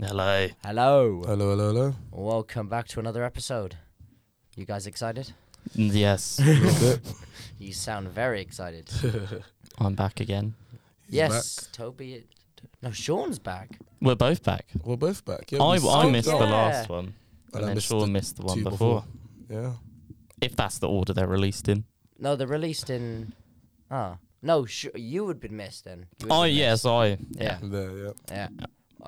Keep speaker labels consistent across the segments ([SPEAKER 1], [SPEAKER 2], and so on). [SPEAKER 1] Hello.
[SPEAKER 2] Hello.
[SPEAKER 3] Hello, hello, hello.
[SPEAKER 2] Welcome back to another episode. You guys excited?
[SPEAKER 1] Yes,
[SPEAKER 2] You sound very excited.
[SPEAKER 1] I'm back again.
[SPEAKER 2] yes, Toby. No, Sean's back.
[SPEAKER 1] We're both back.
[SPEAKER 3] We're both back. Yeah,
[SPEAKER 1] I,
[SPEAKER 3] we
[SPEAKER 1] I
[SPEAKER 3] skipped
[SPEAKER 1] missed
[SPEAKER 3] out.
[SPEAKER 1] the
[SPEAKER 2] Yeah.
[SPEAKER 1] last one, and, then
[SPEAKER 3] missed
[SPEAKER 1] Sean
[SPEAKER 3] the
[SPEAKER 1] missed the one
[SPEAKER 3] two
[SPEAKER 1] before.
[SPEAKER 3] Yeah.
[SPEAKER 1] If that's the order they're released in.
[SPEAKER 2] No, they're released in. Ah, no, sh- you would been missed then. You would've
[SPEAKER 1] Oh
[SPEAKER 2] been
[SPEAKER 1] yes, I.
[SPEAKER 2] Yeah.
[SPEAKER 1] Yeah.
[SPEAKER 3] There, yeah.
[SPEAKER 2] missed. Yeah.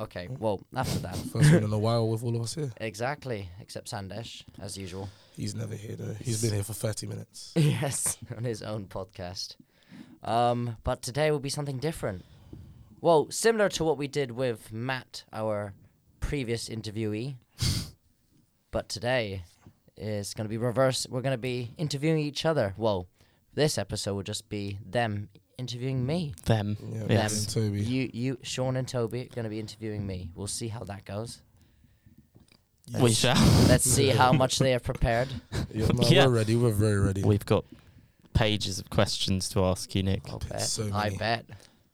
[SPEAKER 2] Okay. Well, after that.
[SPEAKER 3] First one in a while with all of us here.
[SPEAKER 2] Exactly. Except Sandesh, as usual.
[SPEAKER 3] He's never here though. He's been here for 30 minutes.
[SPEAKER 2] Yes, on his own podcast. Um, but today will be something different. Well, similar to what we did with Matt, our previous interviewee. but today is going to be reverse. We're going to be interviewing each other. Well, this episode will just be them interviewing me.
[SPEAKER 1] Them.
[SPEAKER 3] Yeah,
[SPEAKER 1] yes.
[SPEAKER 3] and Toby.
[SPEAKER 2] You, you, Sean, and Toby are going to be interviewing me. We'll see how that goes.
[SPEAKER 1] We
[SPEAKER 2] Yes.
[SPEAKER 1] shall.
[SPEAKER 2] Let's see how much they have prepared.
[SPEAKER 3] Yeah, no,
[SPEAKER 1] Yeah.
[SPEAKER 3] We're ready. We're very ready.
[SPEAKER 1] We've got pages of questions to ask you, Nick.
[SPEAKER 2] I'll
[SPEAKER 3] There's
[SPEAKER 2] bet.
[SPEAKER 3] so
[SPEAKER 2] I
[SPEAKER 3] many.
[SPEAKER 2] bet.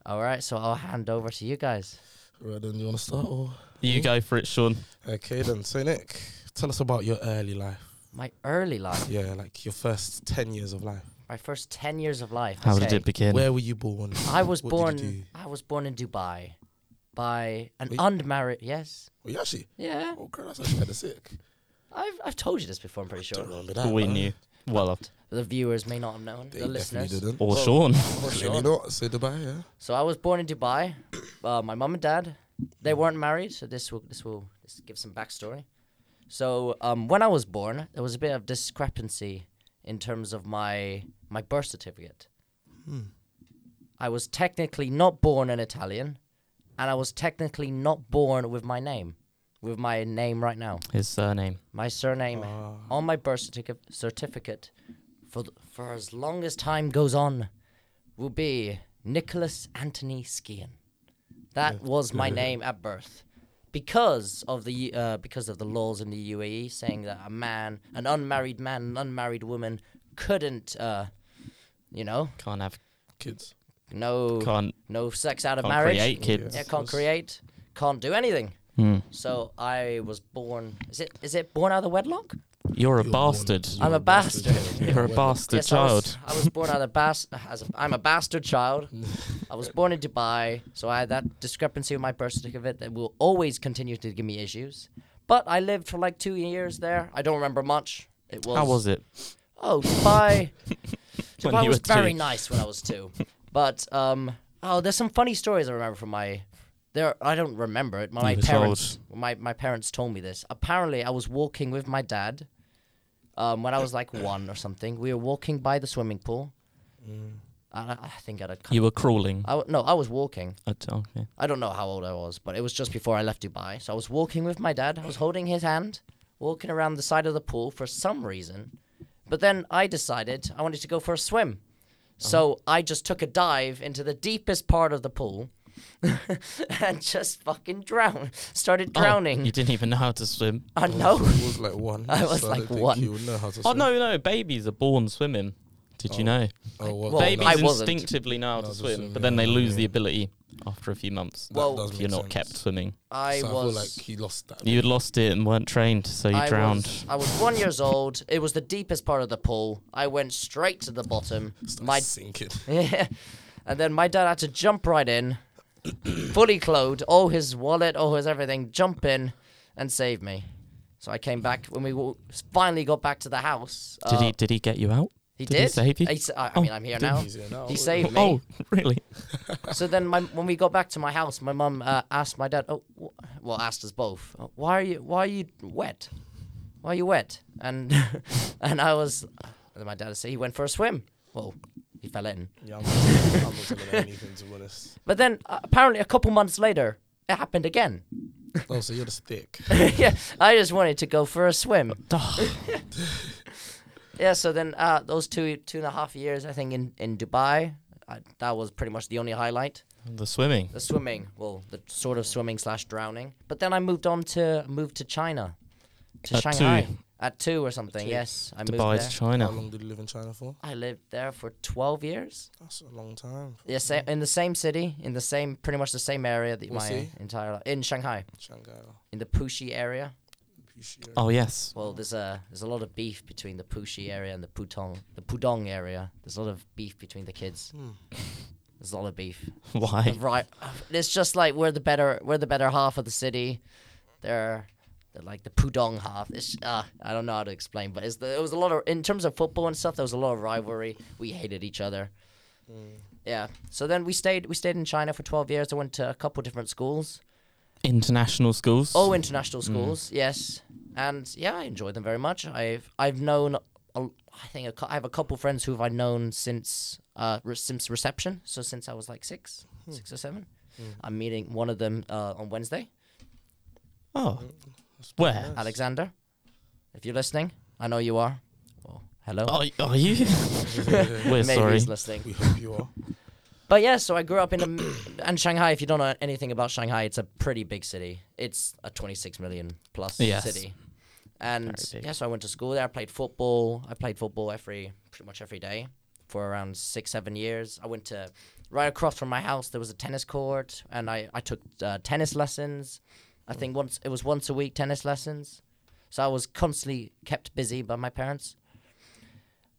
[SPEAKER 2] All right, so I'll hand over to you guys.
[SPEAKER 3] Right then, you want to start? Or?
[SPEAKER 1] You go for it, Sean.
[SPEAKER 3] Okay then. So Nick, tell us about your early life.
[SPEAKER 2] My early life.
[SPEAKER 3] Yeah, like your first 10 years of life.
[SPEAKER 2] my first 10 years of life.
[SPEAKER 1] How did
[SPEAKER 2] okay.
[SPEAKER 1] it begin?
[SPEAKER 3] Where were you born?
[SPEAKER 2] I was
[SPEAKER 3] What
[SPEAKER 2] born
[SPEAKER 3] Did you, do?
[SPEAKER 2] I was born in Dubai by an
[SPEAKER 3] Wait.
[SPEAKER 2] unmarried yes.
[SPEAKER 3] Were you actually?
[SPEAKER 2] Yeah.
[SPEAKER 3] Oh, girl, that's actually kind of sick.
[SPEAKER 2] I've I've told you this before, I'm pretty
[SPEAKER 3] Don't
[SPEAKER 2] sure.
[SPEAKER 3] remember that.
[SPEAKER 1] we
[SPEAKER 3] man.
[SPEAKER 1] knew. Well, uh,
[SPEAKER 2] The viewers may not have known,
[SPEAKER 3] They
[SPEAKER 2] the
[SPEAKER 3] definitely
[SPEAKER 2] listeners.
[SPEAKER 3] didn't.
[SPEAKER 1] or
[SPEAKER 2] Well,
[SPEAKER 1] Sean.
[SPEAKER 2] For sure.
[SPEAKER 3] Clearly not. So Dubai, yeah.
[SPEAKER 2] So I was born in Dubai. Uh, my mum and dad, they weren't married, so this will this will this give some backstory. So um, when I was born, there was a bit of discrepancy in terms of my my birth certificate. I was technically not born an Italian, and I was technically not born with my name, with my name right now.
[SPEAKER 1] His surname.
[SPEAKER 2] My surname
[SPEAKER 3] Ah.
[SPEAKER 2] on my birth certificate, certificate for th- for as long as time goes on will be Nicholas Anthony Skian. That was my name at birth. Because of the U- uh, because of the laws in the UAE saying that a man, an unmarried man, an unmarried woman couldn't uh, you know,
[SPEAKER 1] Can't have.
[SPEAKER 3] Kids.
[SPEAKER 2] no
[SPEAKER 1] Can't.
[SPEAKER 2] no sex out of
[SPEAKER 1] Can't
[SPEAKER 2] marriage.
[SPEAKER 1] create kids.
[SPEAKER 2] Yeah, can't create, can't do anything.
[SPEAKER 1] Hmm.
[SPEAKER 2] So I was born is it is it born out of the wedlock?
[SPEAKER 1] You're a
[SPEAKER 3] You're born-
[SPEAKER 1] bastard.
[SPEAKER 3] you're
[SPEAKER 2] I'm a bastard.
[SPEAKER 3] Yeah,
[SPEAKER 1] You're a
[SPEAKER 3] well,
[SPEAKER 1] bastard
[SPEAKER 2] Yes, I was,
[SPEAKER 1] child.
[SPEAKER 2] I was born out of bas- as a, I'm a bastard child. I was born in Dubai, so I had that discrepancy with my birth certificate that will always continue to give me issues. But I lived for like two years there. I don't remember much. It was
[SPEAKER 1] How was it?
[SPEAKER 2] oh Dubai.
[SPEAKER 1] When
[SPEAKER 2] Dubai
[SPEAKER 1] you
[SPEAKER 2] was
[SPEAKER 1] were two.
[SPEAKER 2] very nice when I was two. But um oh, there's some funny stories I remember from my. There I don't remember it. My,
[SPEAKER 1] You were
[SPEAKER 2] parents my my parents told me this. Apparently I was walking with my dad. Um, when I was like one or something, we were walking by the swimming pool. And I, I think I'd had
[SPEAKER 1] You were crawling.
[SPEAKER 2] I w- no, I was walking.
[SPEAKER 1] I d- okay.
[SPEAKER 2] I don't know how old I was, but it was just before I left Dubai. So I was walking with my dad. I was holding his hand, walking around the side of the pool for some reason. But then I decided I wanted to go for a swim. So I just took a dive into the deepest part of the pool and just fucking drowned. Started
[SPEAKER 1] Oh,
[SPEAKER 2] drowning. Oh,
[SPEAKER 1] you didn't even know how to swim.
[SPEAKER 3] Oh.
[SPEAKER 2] I know.
[SPEAKER 3] It was like one.
[SPEAKER 2] I was
[SPEAKER 3] so
[SPEAKER 2] like
[SPEAKER 3] don't think
[SPEAKER 2] one.
[SPEAKER 3] You would know how to
[SPEAKER 1] Oh
[SPEAKER 3] swim.
[SPEAKER 1] no, no, babies are born swimming. Did you know?
[SPEAKER 3] Oh, well,
[SPEAKER 2] Well,
[SPEAKER 3] that-
[SPEAKER 1] babies
[SPEAKER 2] I wasn't.
[SPEAKER 1] instinctively know how
[SPEAKER 3] No,
[SPEAKER 1] to
[SPEAKER 3] to
[SPEAKER 1] swim,
[SPEAKER 3] swim,
[SPEAKER 1] but then
[SPEAKER 3] yeah,
[SPEAKER 1] they lose the
[SPEAKER 3] yeah.
[SPEAKER 1] ability after a few months.
[SPEAKER 3] that
[SPEAKER 2] Well,
[SPEAKER 3] does
[SPEAKER 1] if
[SPEAKER 3] make
[SPEAKER 1] you're not
[SPEAKER 3] sense.
[SPEAKER 1] kept swimming.
[SPEAKER 2] I
[SPEAKER 3] so I feel
[SPEAKER 2] was.
[SPEAKER 3] like he lost that.
[SPEAKER 1] You had lost it and weren't trained, so you
[SPEAKER 2] I
[SPEAKER 1] drowned.
[SPEAKER 2] Was, I was one years old. It was the deepest part of the pool. I went straight to the bottom. My
[SPEAKER 3] My sinking.
[SPEAKER 2] Yeah. And then my dad had to jump right in, fully clothed, all his wallet, all his everything, jump in and save me. So I came back when we wa- finally got back to the house.
[SPEAKER 1] Did
[SPEAKER 2] uh,
[SPEAKER 1] he? Did he get you out?
[SPEAKER 2] He
[SPEAKER 1] did he save you?
[SPEAKER 2] s- I I mean, I'm here now. He saved me.
[SPEAKER 1] Oh, really?
[SPEAKER 2] So then, my, when we got back to my house, my mum uh, asked my dad, "Oh, wh- well, asked us both, "Uh, why are you why are you wet? Why are you wet?" And and I was, and then my dad said he went for a swim. Well, he fell in.
[SPEAKER 3] Yeah, I'm not I'm not telling him anything to be honest.
[SPEAKER 2] But then, uh, apparently, a couple months later, it happened again.
[SPEAKER 3] Oh, so you're the stick.
[SPEAKER 2] yeah, I just wanted to go for a swim.
[SPEAKER 1] Duh.
[SPEAKER 2] Yeah, so then uh, those two two and a half years, I think, in in Dubai, I, that was pretty much the only highlight.
[SPEAKER 1] the swimming.
[SPEAKER 2] The swimming, well, the sort of swimming slash drowning. But then I moved on to moved to China, to
[SPEAKER 1] At two.
[SPEAKER 2] Shanghai. At two or something,
[SPEAKER 3] two.
[SPEAKER 2] yes. I moved
[SPEAKER 1] Dubai
[SPEAKER 2] there.
[SPEAKER 1] to China.
[SPEAKER 3] How long did you live in China for?
[SPEAKER 2] I lived there for 12 years.
[SPEAKER 3] That's a long time.
[SPEAKER 2] Yeah, sa- in the same city, in the same, pretty much the same area that
[SPEAKER 3] What
[SPEAKER 2] my
[SPEAKER 3] city?
[SPEAKER 2] entire life, in Shanghai,
[SPEAKER 3] Shanghai.
[SPEAKER 2] in the Puxi area.
[SPEAKER 3] Appreciate it.
[SPEAKER 1] Oh yes.
[SPEAKER 2] Well, there's a there's a lot of beef between the Puxi area and the Putong, the Pudong area. There's a lot of beef between the kids.
[SPEAKER 3] Hmm.
[SPEAKER 2] There's a lot of beef.
[SPEAKER 1] Why?
[SPEAKER 2] Right, it's just like we're the better we're the better half of the city. They're they're like the Pudong half. It's uh, I don't know how to explain, but it's the, it was a lot of in terms of football and stuff. There was a lot of rivalry. We hated each other. Yeah. So then we stayed we stayed in China for 12 years. I went to a couple different schools.
[SPEAKER 1] International schools.
[SPEAKER 2] Oh, international schools, yes, and yeah, I enjoyed them very much. I've I've known, a, I think a cou- I have a couple friends who I've known since uh re- since reception, so since I was like six, six or seven. I'm meeting one of them uh, on Wednesday,
[SPEAKER 1] Oh,
[SPEAKER 3] That's pretty
[SPEAKER 1] where?
[SPEAKER 3] nice.
[SPEAKER 2] Alexander. If you're listening, I know you are. Oh, hello.
[SPEAKER 1] Are, are you? We're
[SPEAKER 2] Maybe
[SPEAKER 1] sorry.
[SPEAKER 2] he's listening.
[SPEAKER 3] we hope you are.
[SPEAKER 2] But yeah, so I grew up in a, and Shanghai. If you don't know anything about Shanghai, it's a pretty big city. It's a 26 million plus
[SPEAKER 1] Yes.
[SPEAKER 2] city. And
[SPEAKER 1] Very big.
[SPEAKER 2] yeah, so I went to school there. I played football. I played football every pretty much every day for around six, seven years. I went to right across from my house. There was a tennis court, and I I took uh, tennis lessons. I think once it was once a week tennis lessons. So I was constantly kept busy by my parents.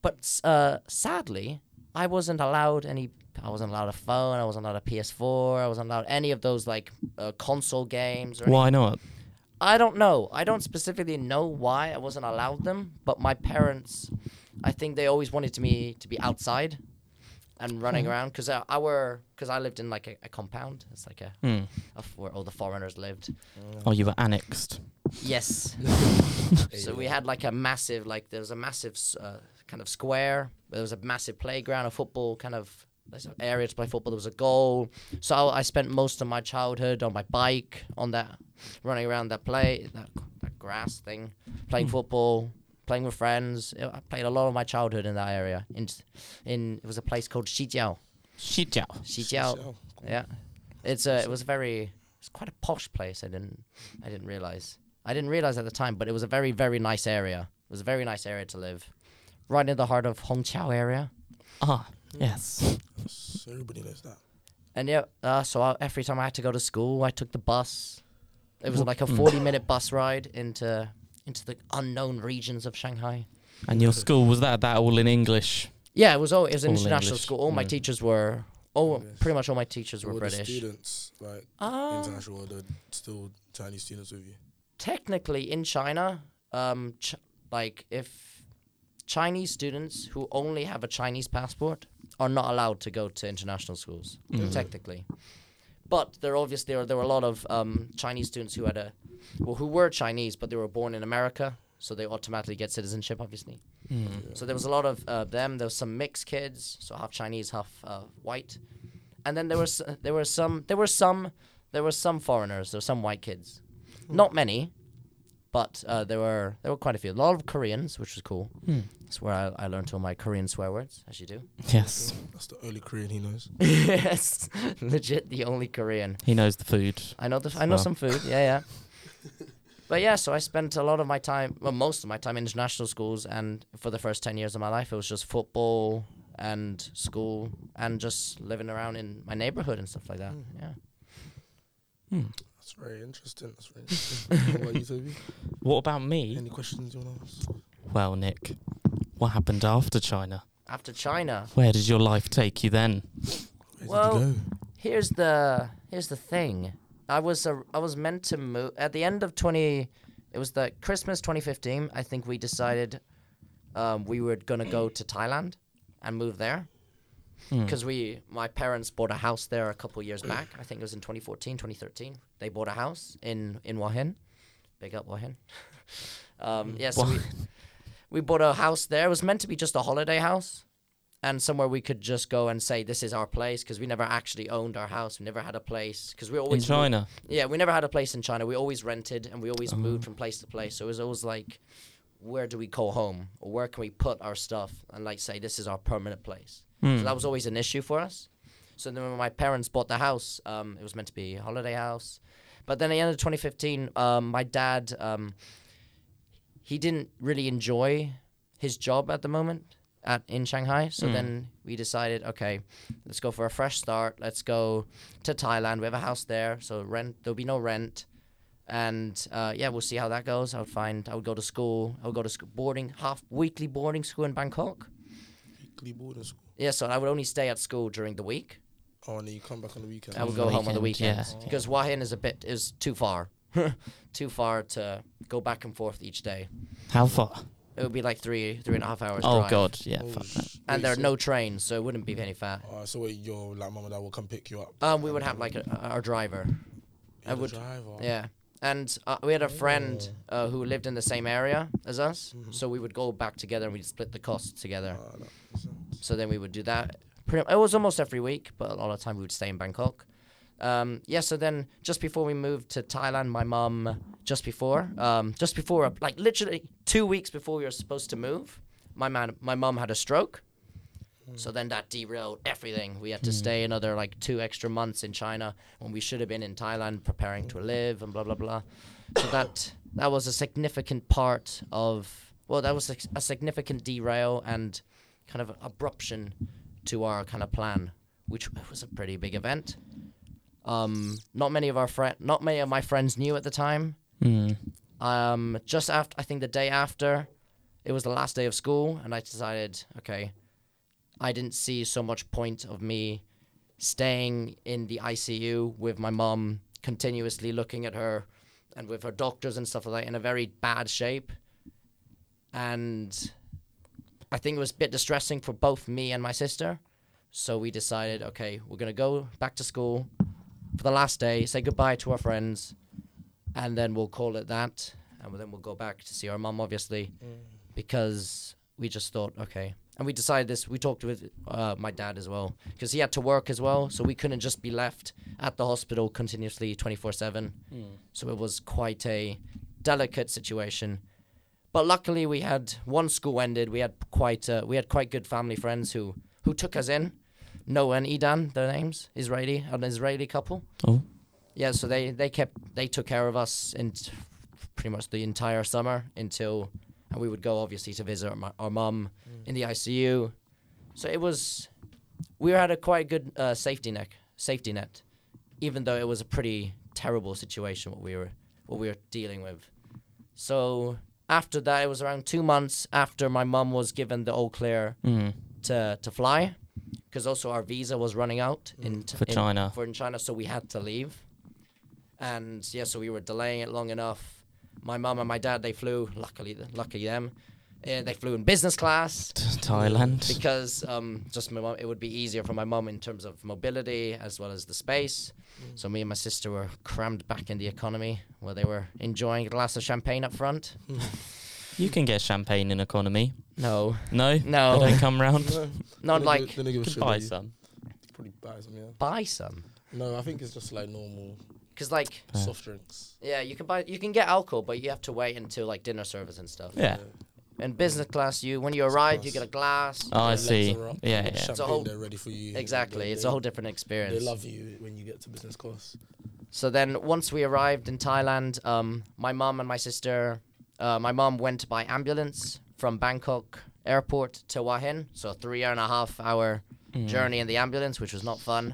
[SPEAKER 2] But uh, sadly, I wasn't allowed any. I wasn't allowed a phone. I wasn't allowed a PS4. I wasn't allowed any of those like uh, console games. Or any-
[SPEAKER 1] Why not?
[SPEAKER 2] I don't know. I don't specifically know why I wasn't allowed them. But my parents, I think they always wanted me to be outside and running around because our because I lived in like a, a compound. It's like a,
[SPEAKER 1] Hmm.
[SPEAKER 2] a f- where all the foreigners lived.
[SPEAKER 1] Oh, you were annexed.
[SPEAKER 2] Yes. so we had like a massive, like there was a massive s- uh, kind of square. There was a massive playground, a football kind of there's an area to play football. There was a goal. So I, I spent most of my childhood on my bike, on that, running around that play, that, that grass thing, playing football, playing with friends. I I played a lot of my childhood in that area. In, in it was a place called Xijiao.
[SPEAKER 1] Shit, yeah.
[SPEAKER 2] Xijiao.
[SPEAKER 3] So,
[SPEAKER 2] Yeah, it's a. It was a very. It's quite a posh place. I didn't. I didn't realize. I didn't realize at the time, but it was a very, very nice area. It was a very nice area to live, right in the heart of Hongqiao area.
[SPEAKER 1] Ah, yes.
[SPEAKER 3] so everybody knows that.
[SPEAKER 2] And yeah, uh, so I, every time I had to go to school, I took the bus. It was like a
[SPEAKER 1] mm.
[SPEAKER 2] forty-minute bus ride into into the unknown regions of Shanghai.
[SPEAKER 1] And your school was that that all in English?
[SPEAKER 2] Yeah, it was all. It was an
[SPEAKER 1] All
[SPEAKER 2] international
[SPEAKER 1] English,
[SPEAKER 2] school. All my
[SPEAKER 1] yeah.
[SPEAKER 2] teachers were. Oh,
[SPEAKER 3] English.
[SPEAKER 2] pretty much all my teachers were
[SPEAKER 3] Were the
[SPEAKER 2] British.
[SPEAKER 3] students like
[SPEAKER 2] Um,
[SPEAKER 3] international? Or the still Chinese students with you?
[SPEAKER 2] technically in China, um, ch- like if Chinese students who only have a Chinese passport are not allowed to go to international schools, technically. But there obviously are, there were a lot of um, Chinese students who had a, well, who were Chinese but they were born in America, so they automatically get citizenship, obviously. So there was a lot of uh, them. There was some mixed kids, so half Chinese, half uh, white, and then there was uh, there were some there were some there were some foreigners. There were some white kids, not many, but uh, there were there were quite a few. A lot of Koreans, which was cool. That's where I, I learned all my Korean swear words, as you do.
[SPEAKER 1] Yes.
[SPEAKER 3] That's the only Korean he knows.
[SPEAKER 2] yes, legit the only Korean.
[SPEAKER 1] He knows the food.
[SPEAKER 2] I know the I know
[SPEAKER 1] Wow.
[SPEAKER 2] some food. Yeah, yeah. But yeah, so I spent a lot of my time, well, most of my time in international schools, and for the first ten years of my life, it was just football and school and just living around in my neighborhood and stuff like that. Yeah.
[SPEAKER 3] That's very interesting. That's very interesting. what about you, Toby?
[SPEAKER 1] What about me?
[SPEAKER 3] Any questions you want to ask?
[SPEAKER 1] Well, Nick, what happened after China?
[SPEAKER 2] After China,
[SPEAKER 1] Where did your life take you then?
[SPEAKER 3] Where
[SPEAKER 2] Well-
[SPEAKER 3] did you
[SPEAKER 2] here's the here's the thing. I was a, I was meant to move at the end of twenty. It was the Christmas twenty fifteen. I think we decided um, we were gonna go to Thailand and move there
[SPEAKER 1] Hmm.
[SPEAKER 2] because we my parents bought a house there a couple years back. I think it was in 2014, 2013. They bought a house in in Wahin. Big up Wahin. um, yeah, so we, we bought a house there. It was meant to be just a holiday house and somewhere we could just go and say this is our place because we never actually owned our house. We never had a place because we
[SPEAKER 1] In
[SPEAKER 2] always moved-
[SPEAKER 1] China?
[SPEAKER 2] yeah, we never had a place in China. We always rented and we always moved from place to place. So it was always like, where do we call home or where can we put our stuff and like say this is our permanent place. So that was always an issue for us. So then when my parents bought the house, um, it was meant to be a holiday house, but then at the end of 2015, um, my dad. Um, he didn't really enjoy his job at the moment at in Shanghai.
[SPEAKER 1] Hmm.
[SPEAKER 2] So then we decided, okay, let's go for a fresh start. Let's go to Thailand. We have a house there, so rent there'll be no rent. And uh, yeah, we'll see how that goes. I would find I would go to school. I would go to school, boarding half weekly boarding school in Bangkok.
[SPEAKER 3] Weekly boarding school.
[SPEAKER 2] Yeah, so I would only stay at school during the week.
[SPEAKER 3] Oh, and then you come back on the weekend. Oh,
[SPEAKER 2] I would
[SPEAKER 1] On
[SPEAKER 2] go
[SPEAKER 1] the
[SPEAKER 2] home on the
[SPEAKER 1] weekend,
[SPEAKER 2] weekends because Wahin is a bit is too far, too far to go back and forth each day.
[SPEAKER 1] How far?
[SPEAKER 2] It would be like three three and a half hours.
[SPEAKER 1] Oh
[SPEAKER 2] drive.
[SPEAKER 1] god, yeah,
[SPEAKER 3] Oh,
[SPEAKER 1] fuck
[SPEAKER 3] sh-
[SPEAKER 1] that.
[SPEAKER 2] And
[SPEAKER 3] wait,
[SPEAKER 2] there are
[SPEAKER 3] so-
[SPEAKER 2] no trains, so it wouldn't be any far.
[SPEAKER 3] Oh, so wait, your like mum and dad will come pick you up.
[SPEAKER 2] Um, we would have like a, our driver. I
[SPEAKER 3] You're the
[SPEAKER 2] would-
[SPEAKER 3] driver.
[SPEAKER 2] Yeah. And uh, we had a friend uh, who lived in the same area as us, so we would go back together and we'd split the costs together.
[SPEAKER 3] Ah, that makes sense.
[SPEAKER 2] So then we would do that. Pretty, it was almost every week, but a lot of time we would stay in Bangkok. Um, yeah, so then just before we moved to Thailand, my mum, just before, um, just before, like literally two weeks before we were supposed to move, my man, my mum had a stroke. So then that derailed everything. We had to stay another like two extra months in China when we should have been in Thailand preparing to live and blah blah blah. So that that was a significant part of well, that was a, a significant derail and kind of abruption to our kind of plan, which was a pretty big event. Um, not many of our friend, not many of my friends knew at the time.
[SPEAKER 1] Mm.
[SPEAKER 2] Um, just after, I think the day after, it was the last day of school, and I decided, okay, I didn't see so much point of me staying in the ICU with my mom, continuously looking at her, and with her doctors and stuff like that, in a very bad shape, and I think it was a bit distressing for both me and my sister. So we decided, okay, we're gonna go back to school for the last day, say goodbye to our friends, and then we'll call it that, and then we'll go back to see our mum, obviously, because we just thought, okay, and we decided this. We talked with uh, my dad as well, because he had to work as well, so we couldn't just be left at the hospital continuously, twenty four seven. So it was quite a delicate situation. But luckily, we had one school ended. We had quite uh, we had quite good family friends who who took us in. Noah and Idan, their names, Israeli, an Israeli couple.
[SPEAKER 1] Oh.
[SPEAKER 2] Yeah, so they they kept they took care of us in t- pretty much the entire summer until, and we would go obviously to visit our, mu- our mum in the ICU. So it was, we had a quite good uh, safety net, safety net, even though it was a pretty terrible situation what we were what we were dealing with. So after that, it was around two months after my mum was given the all clear
[SPEAKER 1] Mm.
[SPEAKER 2] to to fly, because also our visa was running out in t-
[SPEAKER 1] For
[SPEAKER 2] in-
[SPEAKER 1] China.
[SPEAKER 2] For in China, so we had to leave. And yeah, so we were delaying it long enough. My mum and my dad they flew. Luckily, lucky them. Uh, they flew in business class
[SPEAKER 1] T- Thailand.
[SPEAKER 2] because um, just my mom, it would be easier for my mum in terms of mobility as well as the space. So me and my sister were crammed back in the economy where they were enjoying a glass of champagne up front.
[SPEAKER 1] You can get champagne in economy.
[SPEAKER 2] No,
[SPEAKER 1] No?
[SPEAKER 2] No.
[SPEAKER 1] They don't come round.
[SPEAKER 3] No,
[SPEAKER 2] not
[SPEAKER 3] they-
[SPEAKER 2] like
[SPEAKER 3] they don't give a
[SPEAKER 1] Could
[SPEAKER 3] shit,
[SPEAKER 1] buy
[SPEAKER 3] do you?
[SPEAKER 1] some.
[SPEAKER 3] Probably buy some, yeah.
[SPEAKER 2] buy some
[SPEAKER 3] No, I think it's just like normal
[SPEAKER 2] because like
[SPEAKER 1] Yeah.
[SPEAKER 3] soft drinks.
[SPEAKER 2] Yeah, you can buy you can get alcohol, but you have to wait until like dinner service and stuff.
[SPEAKER 1] Yeah.
[SPEAKER 2] In business class, you when you arrive, you get
[SPEAKER 3] class.
[SPEAKER 2] a glass.
[SPEAKER 1] Oh, I
[SPEAKER 3] Their legs
[SPEAKER 1] see.
[SPEAKER 3] are up,
[SPEAKER 1] Yeah,
[SPEAKER 3] they've got
[SPEAKER 1] yeah.
[SPEAKER 2] It's a whole-
[SPEAKER 3] champagne, they're ready for you.
[SPEAKER 2] Exactly,
[SPEAKER 3] They-
[SPEAKER 2] it's
[SPEAKER 3] they-
[SPEAKER 2] a whole different
[SPEAKER 3] They
[SPEAKER 2] experience.
[SPEAKER 3] love you when you get to business class.
[SPEAKER 2] So then, once we arrived in Thailand, um, my mum and my sister, uh, my mum went by ambulance from Bangkok airport to Wahin, so a three and a half hour
[SPEAKER 3] Mm.
[SPEAKER 2] journey in the ambulance, which was not fun.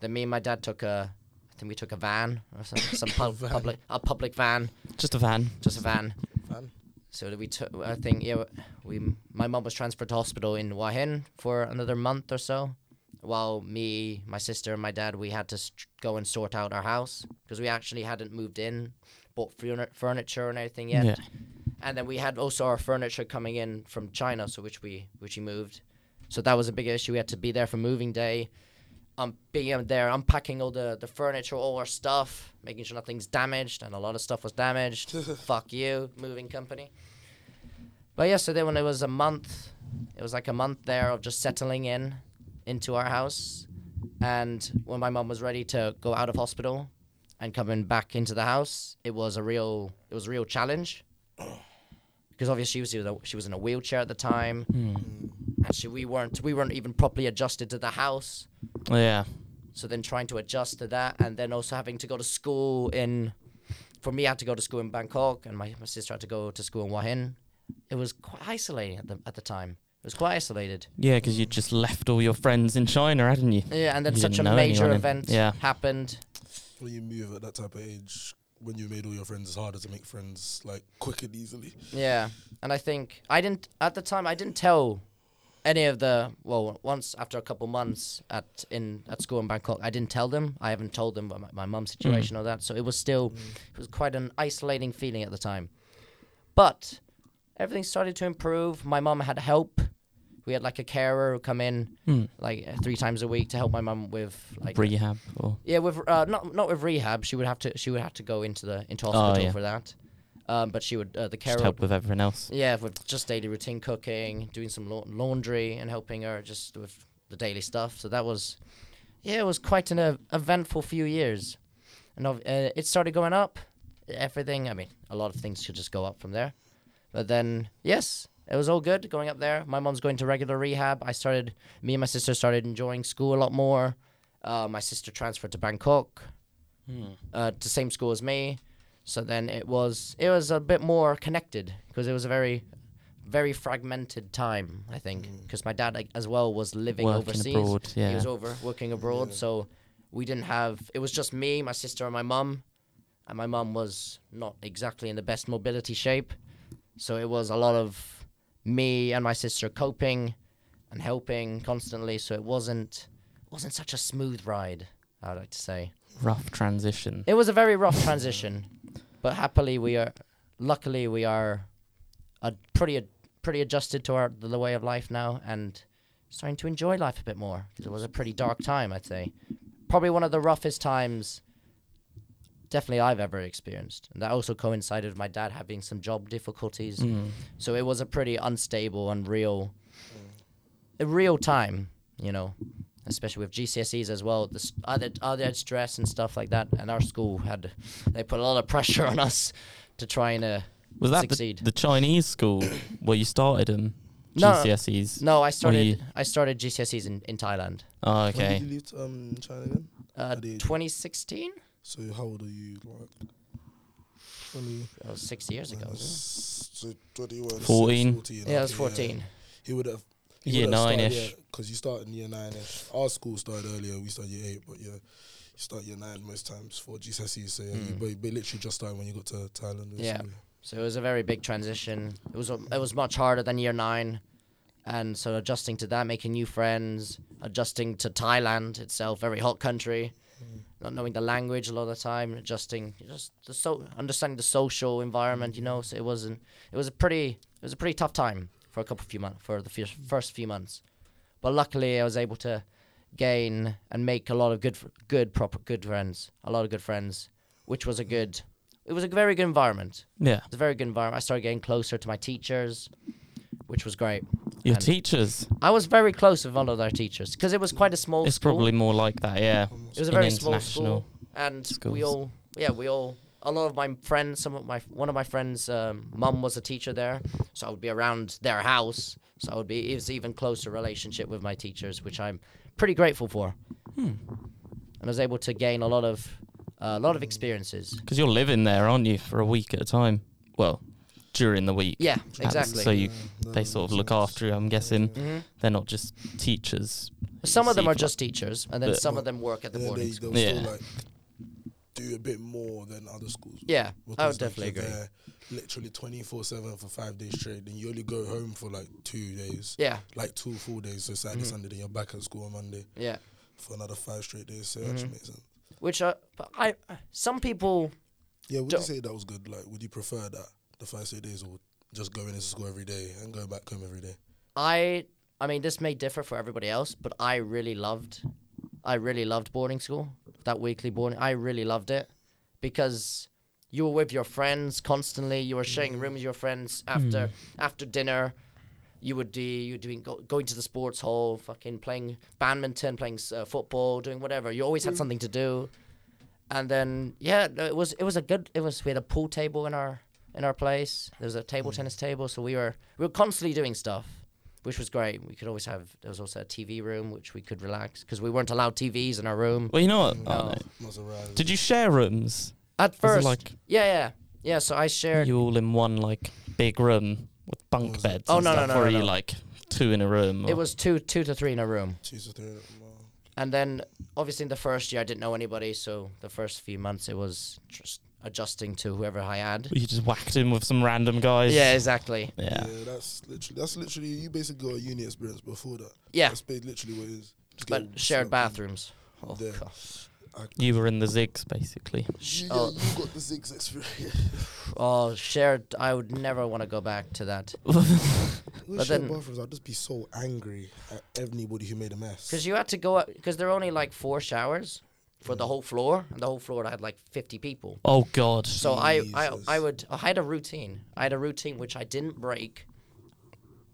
[SPEAKER 2] Then me and my dad took a, I think we took a van or some, some pub,
[SPEAKER 3] van.
[SPEAKER 2] public a public van,
[SPEAKER 1] Just a van.
[SPEAKER 2] just a van.
[SPEAKER 3] Man,
[SPEAKER 2] So that we took, I think, yeah, we. My mom was transferred to hospital in Wahin for another month or so, while me, my sister, and my dad, we had to st- go and sort out our house because we actually hadn't moved in, bought furni- furniture and everything yet,
[SPEAKER 1] Yeah.
[SPEAKER 2] and then we had also our furniture coming in from China, so which we which we moved, so that was a big issue. We had to be there for moving day. Um, being there, unpacking all the, the furniture, all our stuff, making sure nothing's damaged, and a lot of stuff was damaged. Fuck you, moving company. But yeah, so then when it was a month, it was like a month there of just settling in into our house. And when my mom was ready to go out of hospital and coming back into the house, it was a real it was a real challenge. Because obviously she was in a, she was in a wheelchair at the time,
[SPEAKER 1] Hmm.
[SPEAKER 2] and she, we weren't we weren't even properly adjusted to the house.
[SPEAKER 1] Oh, yeah.
[SPEAKER 2] So then trying to adjust to that, and then also having to go to school in for me, I had to go to school in Bangkok, and my, my sister had to go to school in Wahin. It was quite isolating at the at the time. It was quite isolated.
[SPEAKER 1] Yeah, because you just left all your friends in China, hadn't you?
[SPEAKER 2] Yeah, and then
[SPEAKER 1] You
[SPEAKER 2] such a
[SPEAKER 1] didn't know
[SPEAKER 2] major
[SPEAKER 1] anyone in-
[SPEAKER 2] event
[SPEAKER 1] yeah.
[SPEAKER 2] happened.
[SPEAKER 3] When you move at that type of age, when you made all your friends, it's harder to make friends like quick and easily.
[SPEAKER 2] Yeah, and I think I didn't at the time. I didn't tell any of the well. Once after a couple months at in at school in Bangkok, I didn't tell them. I haven't told them about my- my mum's
[SPEAKER 1] Mm.
[SPEAKER 2] situation or that. So it was still it was quite an isolating feeling at the time. But everything started to improve. My mum had help. We had like a carer who come in
[SPEAKER 1] Mm.
[SPEAKER 2] like uh, three times a week to help my mum with like
[SPEAKER 1] Rehab or
[SPEAKER 2] yeah, with uh, not not with rehab. She would have to she would have to go into the into hospital
[SPEAKER 1] Oh, yeah.
[SPEAKER 2] for that. Um, but she would uh, the
[SPEAKER 1] just
[SPEAKER 2] carer
[SPEAKER 1] help with everything else.
[SPEAKER 2] yeah, with just daily routine cooking, doing some lau- laundry, and helping her just with the daily stuff. So that was, yeah, it was quite an uh, eventful few years, and ov- uh, it started going up. Everything, I mean, a lot of things should just go up from there. But then, yes, it was all good going up there. My mom's going to regular rehab. I started, me and my sister started enjoying school a lot more. Uh, my sister transferred to Bangkok,
[SPEAKER 1] Hmm.
[SPEAKER 2] uh, to same school as me. So then it was it was a bit more connected because it was a very, very fragmented time. I think because my dad like, as well was living
[SPEAKER 1] Hmm. Working
[SPEAKER 2] overseas.
[SPEAKER 1] abroad,
[SPEAKER 2] He was
[SPEAKER 1] yeah.
[SPEAKER 2] over working abroad, so we didn't have. It was just me, my sister, and my mum. And my mum was not exactly in the best mobility shape, so it was a lot of me and my sister coping and helping constantly. So it wasn't wasn't such a smooth ride. I'd like to say.
[SPEAKER 1] Rough transition.
[SPEAKER 2] It was a very rough transition, but happily we are, luckily we are, a pretty ad- pretty adjusted to our the way of life now and starting to enjoy life a bit more. 'Cause It was a pretty dark time, I'd say, probably one of the roughest times, definitely I've ever experienced, and that also coincided with my dad having some job difficulties,
[SPEAKER 1] Mm.
[SPEAKER 2] so it was a pretty unstable and real, a real time, you know especially with GCSEs as well, the s- other other stress and stuff like that. And our school had they put a lot of pressure on us to try and uh,
[SPEAKER 1] Was that the,
[SPEAKER 2] succeed.
[SPEAKER 1] the Chinese school where you started them?
[SPEAKER 2] No,
[SPEAKER 1] GCSEs.
[SPEAKER 2] no, I started
[SPEAKER 1] you-
[SPEAKER 2] I started GCSEs in, in Thailand.
[SPEAKER 1] Oh,
[SPEAKER 3] When
[SPEAKER 1] okay.
[SPEAKER 3] did you leave to, um, China again?
[SPEAKER 2] Uh,
[SPEAKER 3] At the age of-
[SPEAKER 2] 2016?
[SPEAKER 3] So how old are you? Like twenty.
[SPEAKER 2] That was six years ago. wasn't it?
[SPEAKER 3] minus- So 21, six,
[SPEAKER 1] 14.
[SPEAKER 3] 14
[SPEAKER 2] Yeah, I was
[SPEAKER 3] okay,
[SPEAKER 2] 14.
[SPEAKER 3] He would have.
[SPEAKER 1] Year nine-ish.
[SPEAKER 3] Because you start in year nine ish. Our school started earlier. We started year eight, but yeah, you start year nine most times for GCSEs. E, So yeah, you,
[SPEAKER 2] Mm.
[SPEAKER 3] but, but literally just started when you got to Thailand.
[SPEAKER 2] Yeah.
[SPEAKER 3] basically.
[SPEAKER 2] So it was a very big transition. It was a- it was much harder than year nine, and so adjusting to that, making new friends, adjusting to Thailand itself, very hot country, not knowing the language a lot of the time, adjusting just the so understanding the social environment. You know, so it wasn't it was a pretty it was a pretty tough time for a couple few months for the fir- first few months, but luckily I was able to gain and make a lot of good fr- good proper good friends, a lot of good friends, which was a good. It was a very good environment.
[SPEAKER 1] Yeah.
[SPEAKER 2] It's a very good environment. I started getting closer to my teachers, which was great.
[SPEAKER 1] Your
[SPEAKER 2] And-
[SPEAKER 1] teachers.
[SPEAKER 2] I was very close with one of their teachers because it was quite a small
[SPEAKER 1] It's
[SPEAKER 2] school.
[SPEAKER 1] probably more like that, yeah.
[SPEAKER 2] it was a
[SPEAKER 1] in
[SPEAKER 2] very small
[SPEAKER 1] international
[SPEAKER 2] school, and
[SPEAKER 1] schools.
[SPEAKER 2] we all, yeah, we all. A lot of my friends, some of my one of my friends' um, mum was a teacher there, so I would be around their house. So I would be it was even closer relationship with my teachers, which I'm pretty grateful for.
[SPEAKER 1] Hmm.
[SPEAKER 2] And I was able to gain a lot of uh, a lot of experiences.
[SPEAKER 1] Because you're living there, aren't you, for a week at a time? Well, during the week.
[SPEAKER 2] Yeah,
[SPEAKER 1] That's-
[SPEAKER 2] exactly.
[SPEAKER 1] So you,
[SPEAKER 3] Yeah, um,
[SPEAKER 1] they
[SPEAKER 3] no,
[SPEAKER 1] sort of
[SPEAKER 3] makes
[SPEAKER 1] look
[SPEAKER 3] sense.
[SPEAKER 1] after you, I'm guessing.
[SPEAKER 2] Mhm.
[SPEAKER 1] They're not just teachers.
[SPEAKER 2] Some of them
[SPEAKER 1] See
[SPEAKER 2] are
[SPEAKER 1] for-
[SPEAKER 2] just teachers, and then
[SPEAKER 1] But-
[SPEAKER 2] some of them work at the
[SPEAKER 3] And then
[SPEAKER 2] boarding
[SPEAKER 3] they,
[SPEAKER 2] school.
[SPEAKER 3] they'll still
[SPEAKER 1] Yeah.
[SPEAKER 3] like do a bit more than other schools.
[SPEAKER 2] Yeah, I would
[SPEAKER 3] because, like,
[SPEAKER 2] definitely
[SPEAKER 3] you're
[SPEAKER 2] agree.
[SPEAKER 3] there Literally twenty four seven for five days straight, and you only go home for like two days,
[SPEAKER 2] Yeah,
[SPEAKER 3] like two full days. So Saturday,
[SPEAKER 1] Mm-hmm.
[SPEAKER 3] Sunday, then you're back at school on Monday
[SPEAKER 2] yeah.
[SPEAKER 3] for another five straight days. So that
[SPEAKER 1] Mm-hmm.
[SPEAKER 3] actually makes sense.
[SPEAKER 2] Which are, but I some people
[SPEAKER 3] Yeah, would
[SPEAKER 2] Don't-
[SPEAKER 3] you say that was good? Like, would you prefer that the first two days, or just going into school every day and going back home every day?
[SPEAKER 2] I I mean this may differ for everybody else, but I really loved I really loved boarding school. That weekly boarding I really loved it because you were with your friends constantly, you were sharing rooms with your friends after after dinner. You would do you were doing go, going to the sports hall, fucking playing badminton, playing uh, football, doing whatever. You always had something to do. And then yeah, no, it was it was a good it was we had a pool table in our in our place. There was a
[SPEAKER 1] Mm.
[SPEAKER 2] table tennis table, so we were we were constantly doing stuff, which was great. We could always have there was also a TV room which we could relax because we weren't allowed TVs in our room.
[SPEAKER 1] Well, you know what? Oh,
[SPEAKER 2] No.
[SPEAKER 1] no.
[SPEAKER 3] Must arrive.
[SPEAKER 1] Did you share rooms?
[SPEAKER 2] At first,
[SPEAKER 1] like-
[SPEAKER 2] yeah, yeah, yeah. So I shared.
[SPEAKER 1] You all in one like big room with bunk
[SPEAKER 3] Was it-
[SPEAKER 1] beds.
[SPEAKER 2] Oh,
[SPEAKER 1] and
[SPEAKER 2] no, no,
[SPEAKER 1] stuff,
[SPEAKER 2] no,
[SPEAKER 1] Or
[SPEAKER 2] no,
[SPEAKER 1] are you
[SPEAKER 2] no.
[SPEAKER 1] like two in a room?
[SPEAKER 2] It
[SPEAKER 1] or-
[SPEAKER 2] was two, two to three in a room.
[SPEAKER 3] Tuesday, Thursday, tomorrow.
[SPEAKER 2] And then, obviously, in the first year, I didn't know anybody. So the first few months, it was just adjusting to whoever I had.
[SPEAKER 1] You just whacked in with some random guys.
[SPEAKER 2] Yeah, exactly.
[SPEAKER 1] Yeah.
[SPEAKER 3] Yeah, that's literally that's literally you basically got a uni experience before that.
[SPEAKER 2] Yeah,
[SPEAKER 3] That's ba- literally what it is. Just
[SPEAKER 2] but
[SPEAKER 3] getting
[SPEAKER 2] shared
[SPEAKER 3] slapped in.
[SPEAKER 2] bathrooms. Oh,
[SPEAKER 3] Yeah.
[SPEAKER 2] God.
[SPEAKER 1] You were in the zigs basically.
[SPEAKER 2] Sh-
[SPEAKER 3] You,
[SPEAKER 2] oh,
[SPEAKER 3] got, you got the six experience.
[SPEAKER 2] oh, shared. I would never want to go back to that.
[SPEAKER 3] With
[SPEAKER 2] But
[SPEAKER 3] shared
[SPEAKER 2] then-
[SPEAKER 3] bathrooms, I'd just be so angry at anybody who made a mess.
[SPEAKER 2] Because you had to go out, because there were only like four showers for the whole floor. And the whole floor had like 50 people.
[SPEAKER 1] Oh god.
[SPEAKER 2] So I, I, I
[SPEAKER 3] Jesus.
[SPEAKER 2] would, I had a routine. I had a routine which I didn't break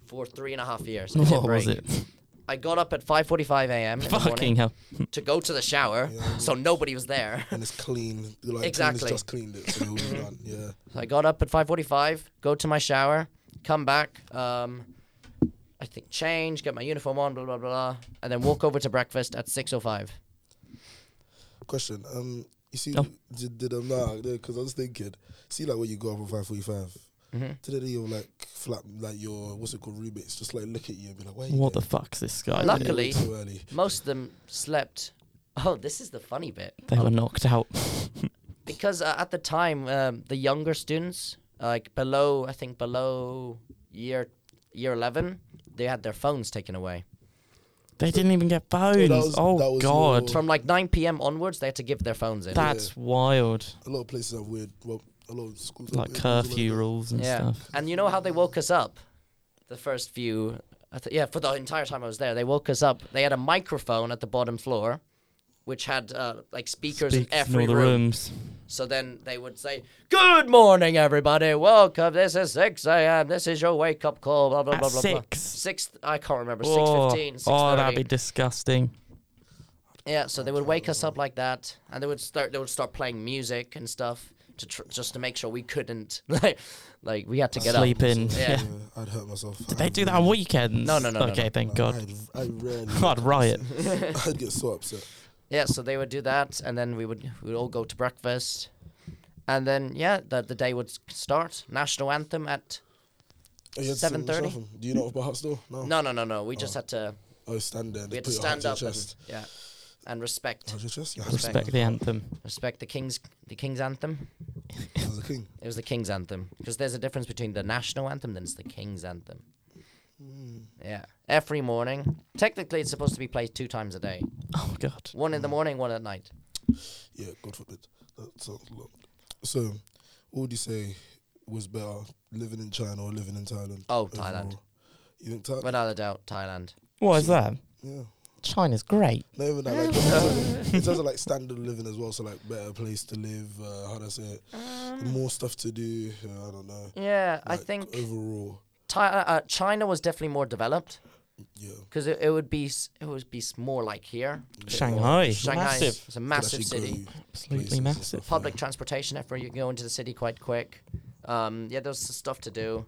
[SPEAKER 2] for three and a half years. I didn't
[SPEAKER 1] what was
[SPEAKER 2] break.
[SPEAKER 1] it?
[SPEAKER 2] I got up at 5:45 a.m. in the
[SPEAKER 1] Fucking
[SPEAKER 2] morning
[SPEAKER 1] hell.
[SPEAKER 2] to go to the shower, so nobody was there.
[SPEAKER 3] and it's clean. Like, cleaners
[SPEAKER 2] Exactly.
[SPEAKER 3] just cleaned it, so it was done. Yeah.
[SPEAKER 2] So I got up at 5:45, go to my shower, come back, um, I think change, get my uniform on, blah blah blah, and then walk over to breakfast at 6:05.
[SPEAKER 3] Question. Um, you see,
[SPEAKER 1] No.
[SPEAKER 3] did, did um, nah, because I was thinking, see, like when you go up on five forty-five.
[SPEAKER 2] Mm-hmm.
[SPEAKER 3] Today you're like flat, like your what's it called roommates just like look at you and be like, "Why are you
[SPEAKER 1] What the
[SPEAKER 3] getting
[SPEAKER 1] fuck's this guy?
[SPEAKER 2] Luck-
[SPEAKER 1] doing?
[SPEAKER 3] up
[SPEAKER 2] Luckily-
[SPEAKER 3] too early?"
[SPEAKER 2] Most of them slept. Oh, this is the funny bit.
[SPEAKER 1] They were knocked out.
[SPEAKER 2] because uh, at the time um, the younger students like below i think below year year 11 they had their phones taken away
[SPEAKER 1] They didn't even get bones.
[SPEAKER 3] was-
[SPEAKER 1] oh
[SPEAKER 3] that was
[SPEAKER 1] god.
[SPEAKER 3] your-
[SPEAKER 2] from like 9 p.m onwards they had to give their phones in
[SPEAKER 1] That's wild.
[SPEAKER 3] A lot of places have weird, well, a lot of schools have
[SPEAKER 1] Like
[SPEAKER 3] weird rules
[SPEAKER 1] curfew
[SPEAKER 3] that.
[SPEAKER 1] rules and
[SPEAKER 2] yeah
[SPEAKER 1] stuff.
[SPEAKER 2] and you know how they woke us up the first few I th- yeah for the entire time i was there they woke us up they had a microphone at the bottom floor which had uh, like speakers
[SPEAKER 1] Speaks
[SPEAKER 2] in
[SPEAKER 1] in
[SPEAKER 2] every
[SPEAKER 1] all the
[SPEAKER 2] room.
[SPEAKER 1] rooms.
[SPEAKER 2] So then they would say, "Good morning, everybody. Welcome. This is 6 a.m. This is your wake up call." Blah blah
[SPEAKER 1] At
[SPEAKER 2] blah blah blah.
[SPEAKER 1] six?
[SPEAKER 2] Six. I can't remember. Six
[SPEAKER 1] Oh,
[SPEAKER 2] fifteen. Six
[SPEAKER 1] oh,
[SPEAKER 2] thirty.
[SPEAKER 1] that'd be disgusting.
[SPEAKER 2] Yeah, so they would wake us up like that, and they would start. They would start playing music and stuff to tr- just to make sure we couldn't like, like we had to get
[SPEAKER 1] Sleep
[SPEAKER 2] up.
[SPEAKER 1] in.
[SPEAKER 2] Yeah.
[SPEAKER 1] Yeah.
[SPEAKER 3] Yeah, I'd hurt myself.
[SPEAKER 1] Did they do that on weekends?
[SPEAKER 2] No, no, no, no,
[SPEAKER 1] Okay,
[SPEAKER 2] no.
[SPEAKER 1] thank God.
[SPEAKER 3] I'd, I'd rarely.
[SPEAKER 1] God, riot.
[SPEAKER 3] I'd get so upset.
[SPEAKER 2] Yeah, so they would do that, and then we would we would all go to breakfast, and then yeah, the the day would start. National anthem at
[SPEAKER 3] Oh, you had to sit on the
[SPEAKER 2] 7:30?
[SPEAKER 3] sofa? Do you know off by heart still? No.
[SPEAKER 2] no no no no. We just had to
[SPEAKER 3] Oh, stand there. And
[SPEAKER 2] we had
[SPEAKER 3] just
[SPEAKER 2] to
[SPEAKER 3] put your hands
[SPEAKER 2] stand
[SPEAKER 3] on
[SPEAKER 2] up
[SPEAKER 3] your
[SPEAKER 2] and,
[SPEAKER 3] chest.
[SPEAKER 2] yeah, and respect
[SPEAKER 3] Hands on your chest. Your hands on your
[SPEAKER 1] Respect the anthem.
[SPEAKER 2] respect the king's the king's anthem.
[SPEAKER 3] chest. As a king.
[SPEAKER 2] It was the king's anthem because there's a difference between the national anthem and it's the king's anthem.
[SPEAKER 3] Mm.
[SPEAKER 2] Yeah, every morning. Technically, it's supposed to be played two times a day:
[SPEAKER 1] Oh god.
[SPEAKER 2] one
[SPEAKER 3] Mm.
[SPEAKER 2] in the morning, one at night.
[SPEAKER 3] Yeah, God forbid. That sounds long. So, what would you say was better, living in China or living in Thailand?
[SPEAKER 2] Oh, Thailand.
[SPEAKER 3] overall? You think Thailand?
[SPEAKER 2] Without a doubt, Thailand.
[SPEAKER 1] What is that?
[SPEAKER 3] yeah.
[SPEAKER 1] China's great.
[SPEAKER 3] Not even that. Like, in terms of- in terms of like standard of living as well, so like better place to live. Uh, how do I say it? More stuff to do. Uh, I don't know.
[SPEAKER 2] Yeah, Um, I
[SPEAKER 3] Like,
[SPEAKER 2] think
[SPEAKER 3] overall,
[SPEAKER 2] Thai- uh, China was definitely more developed
[SPEAKER 3] yeah.
[SPEAKER 2] because it, it would be s- it would be s- more like here.
[SPEAKER 1] Shanghai.
[SPEAKER 2] Shanghai is
[SPEAKER 1] Massive.
[SPEAKER 2] it's a massive city.
[SPEAKER 1] Absolutely massive.
[SPEAKER 2] public transportation effort. You can go into the city quite quick. Um, yeah, there's stuff to do.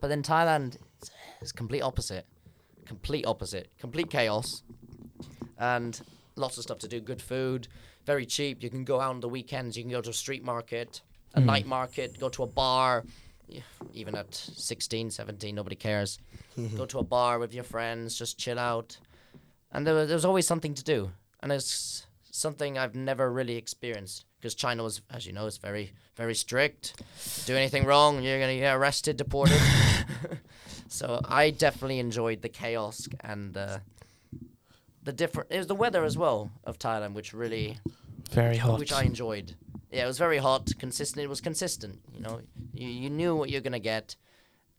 [SPEAKER 2] But then Thailand it's- it's complete opposite. Complete opposite. Complete chaos. And lots of stuff to do. Good food. Very cheap. You can go out on the weekends. You can go to a street market, a night market, go to a bar. Yeah, Even at 16, 17, nobody cares. go to a bar with your friends, just chill out and there was, there was always something to do and it's something i've never really experienced because china was as you know is very very strict do anything wrong you're going to get arrested deported so i definitely enjoyed the chaos and uh, the different it was the weather as well of thailand which really
[SPEAKER 1] Very hot.
[SPEAKER 2] which i enjoyed yeah it was very hot consistent it was consistent you know you, you knew what you're going to get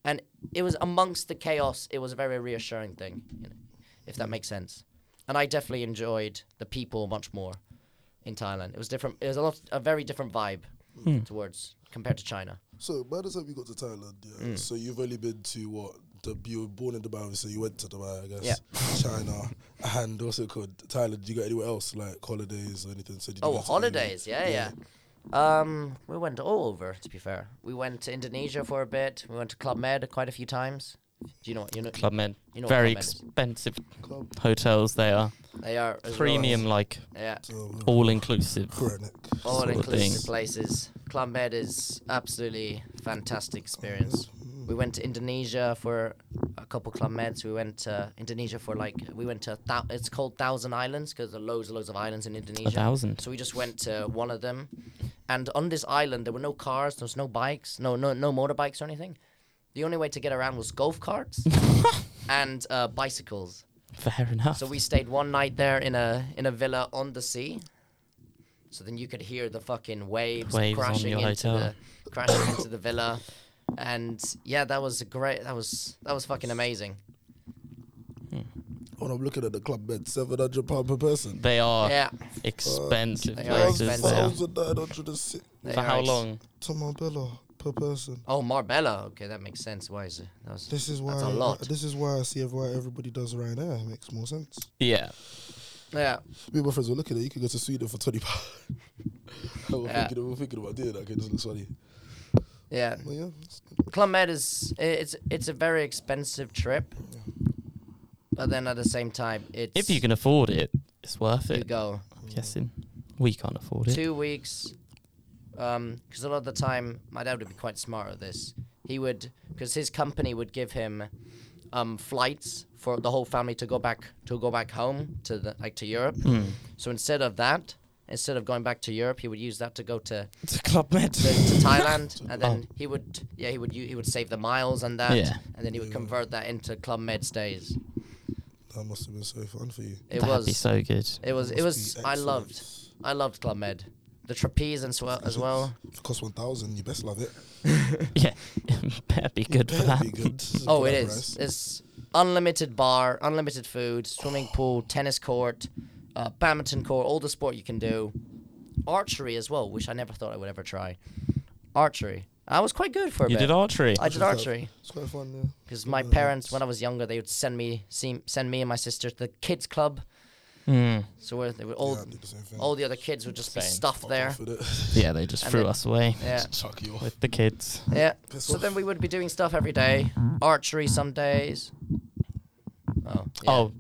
[SPEAKER 2] and it was amongst the chaos it was a very reassuring thing you know, if that makes sense and i definitely enjoyed the people much more in thailand it was different it was a lot a very different vibe
[SPEAKER 1] Hmm.
[SPEAKER 2] towards compared to china
[SPEAKER 3] So, by the time you got to Thailand, yeah.
[SPEAKER 2] Mm.
[SPEAKER 3] So you've only been to what? The, you were born in Dubai, so you went to Dubai, I guess. China, and also called Thailand. You got anywhere else like holidays or anything? So did you
[SPEAKER 2] oh
[SPEAKER 3] go to
[SPEAKER 2] holidays yeah yeah um we went all over to be fair we went to indonesia for a bit we went to club med quite a few times Do you know what you know?
[SPEAKER 1] Club Med.
[SPEAKER 2] You know what
[SPEAKER 1] Very
[SPEAKER 2] Club Med is.
[SPEAKER 1] expensive
[SPEAKER 3] Club.
[SPEAKER 1] hotels they are.
[SPEAKER 2] They are as well as-
[SPEAKER 1] Premium, like
[SPEAKER 2] yeah,
[SPEAKER 3] So, uh,
[SPEAKER 1] all inclusive.
[SPEAKER 3] Chronic.
[SPEAKER 2] all
[SPEAKER 1] sort of thing.
[SPEAKER 2] inclusive places. Club Med is absolutely fantastic experience. We went to Indonesia for a couple Club Meds. We went to Indonesia for like we went to thou- it's called Thousand Islands because there are loads and loads of islands in Indonesia.
[SPEAKER 1] thousand.
[SPEAKER 2] So we just went to one of them, and on this island there were no cars, there was no bikes, no no no motorbikes or anything. The only way to get around was golf carts and uh, bicycles.
[SPEAKER 1] Fair enough.
[SPEAKER 2] So we stayed one night there in a in a villa on the sea. So then you could hear the fucking waves,
[SPEAKER 1] Waves on
[SPEAKER 2] crashing
[SPEAKER 1] your
[SPEAKER 2] into
[SPEAKER 1] hotel.
[SPEAKER 2] the crashing into the villa, and yeah, that was a great. That was that was fucking amazing.
[SPEAKER 3] When I'm looking at the club bed, seven hundred pound per person.
[SPEAKER 1] they are
[SPEAKER 2] Yeah,
[SPEAKER 1] expensive
[SPEAKER 2] They are
[SPEAKER 1] places. They are.
[SPEAKER 3] Thousand nine hundred and six
[SPEAKER 2] they
[SPEAKER 1] For
[SPEAKER 2] are
[SPEAKER 1] how
[SPEAKER 2] ex-
[SPEAKER 1] long?
[SPEAKER 3] to my bella per person.
[SPEAKER 2] Oh, Marbella. Okay, that makes sense. Why is it? That was,
[SPEAKER 3] This is why.
[SPEAKER 2] That's a lot.
[SPEAKER 3] This is why I see why everybody does Ryanair. It makes more sense.
[SPEAKER 1] Yeah.
[SPEAKER 2] yeah,
[SPEAKER 3] Me and my friends were looking at it, you could go to Sweden for twenty pounds. we were
[SPEAKER 2] Yeah.
[SPEAKER 3] thinking, we were thinking about doing that. 'cause It just looks funny.
[SPEAKER 2] yeah.
[SPEAKER 3] But yeah, it's-
[SPEAKER 2] Club Med is i- it's it's a very expensive trip, but then at the same time, it's
[SPEAKER 1] If you can afford it, it's worth
[SPEAKER 2] you
[SPEAKER 1] it.
[SPEAKER 2] go
[SPEAKER 1] I'm guessing. We can't afford it.
[SPEAKER 2] two weeks, because a lot of the time my dad would be quite smart at this. He would because his company would give him um, flights for the whole family to go back to go back home to the, like to Europe.
[SPEAKER 1] Hmm.
[SPEAKER 2] So instead of that, instead of going back to Europe, he would use that to go to
[SPEAKER 1] It's a Club Med.
[SPEAKER 2] to, to Thailand, and then he would yeah he would u- he would save the miles and that,
[SPEAKER 1] Oh. Yeah.
[SPEAKER 2] and then he would convert that into Club Med stays.
[SPEAKER 3] that must have been so fun for you.
[SPEAKER 2] It
[SPEAKER 1] That'd
[SPEAKER 2] was
[SPEAKER 1] be so good.
[SPEAKER 2] it was it
[SPEAKER 3] Must
[SPEAKER 2] was
[SPEAKER 3] be
[SPEAKER 2] I
[SPEAKER 3] excellent.
[SPEAKER 2] loved I loved Club Med, the trapeze and swell as well.
[SPEAKER 3] If it costs one thousand, you best love it.
[SPEAKER 1] Yeah. Better be good for that.
[SPEAKER 3] Better be good. This is a
[SPEAKER 2] Oh, it
[SPEAKER 3] good
[SPEAKER 2] is
[SPEAKER 3] price.
[SPEAKER 2] it's unlimited bar, unlimited food, swimming pool, tennis court, uh, badminton court, all the sport you can do, archery as well, which I never thought I would ever try. Archery, I was quite good for a
[SPEAKER 1] You
[SPEAKER 2] bit.
[SPEAKER 1] did archery.
[SPEAKER 2] I did
[SPEAKER 3] It's quite-
[SPEAKER 2] archery.
[SPEAKER 3] It's quite fun, yeah.
[SPEAKER 2] because my parents, when I was younger, they would send me seem, send me and my sister to the kids club.
[SPEAKER 1] Mm.
[SPEAKER 2] So where they would all
[SPEAKER 3] yeah, I did the same thing.
[SPEAKER 2] all the other kids would just be
[SPEAKER 1] Same.
[SPEAKER 2] stuffed there.
[SPEAKER 3] Fuck off with it.
[SPEAKER 1] Yeah, they just
[SPEAKER 2] And
[SPEAKER 1] threw
[SPEAKER 2] then-
[SPEAKER 1] us away
[SPEAKER 2] Yeah,
[SPEAKER 3] Chuck you off.
[SPEAKER 1] with the kids.
[SPEAKER 2] yeah.
[SPEAKER 3] Piss
[SPEAKER 2] So
[SPEAKER 3] off.
[SPEAKER 2] then we would be doing stuff every day, archery some days. Oh, yeah.
[SPEAKER 1] Oh,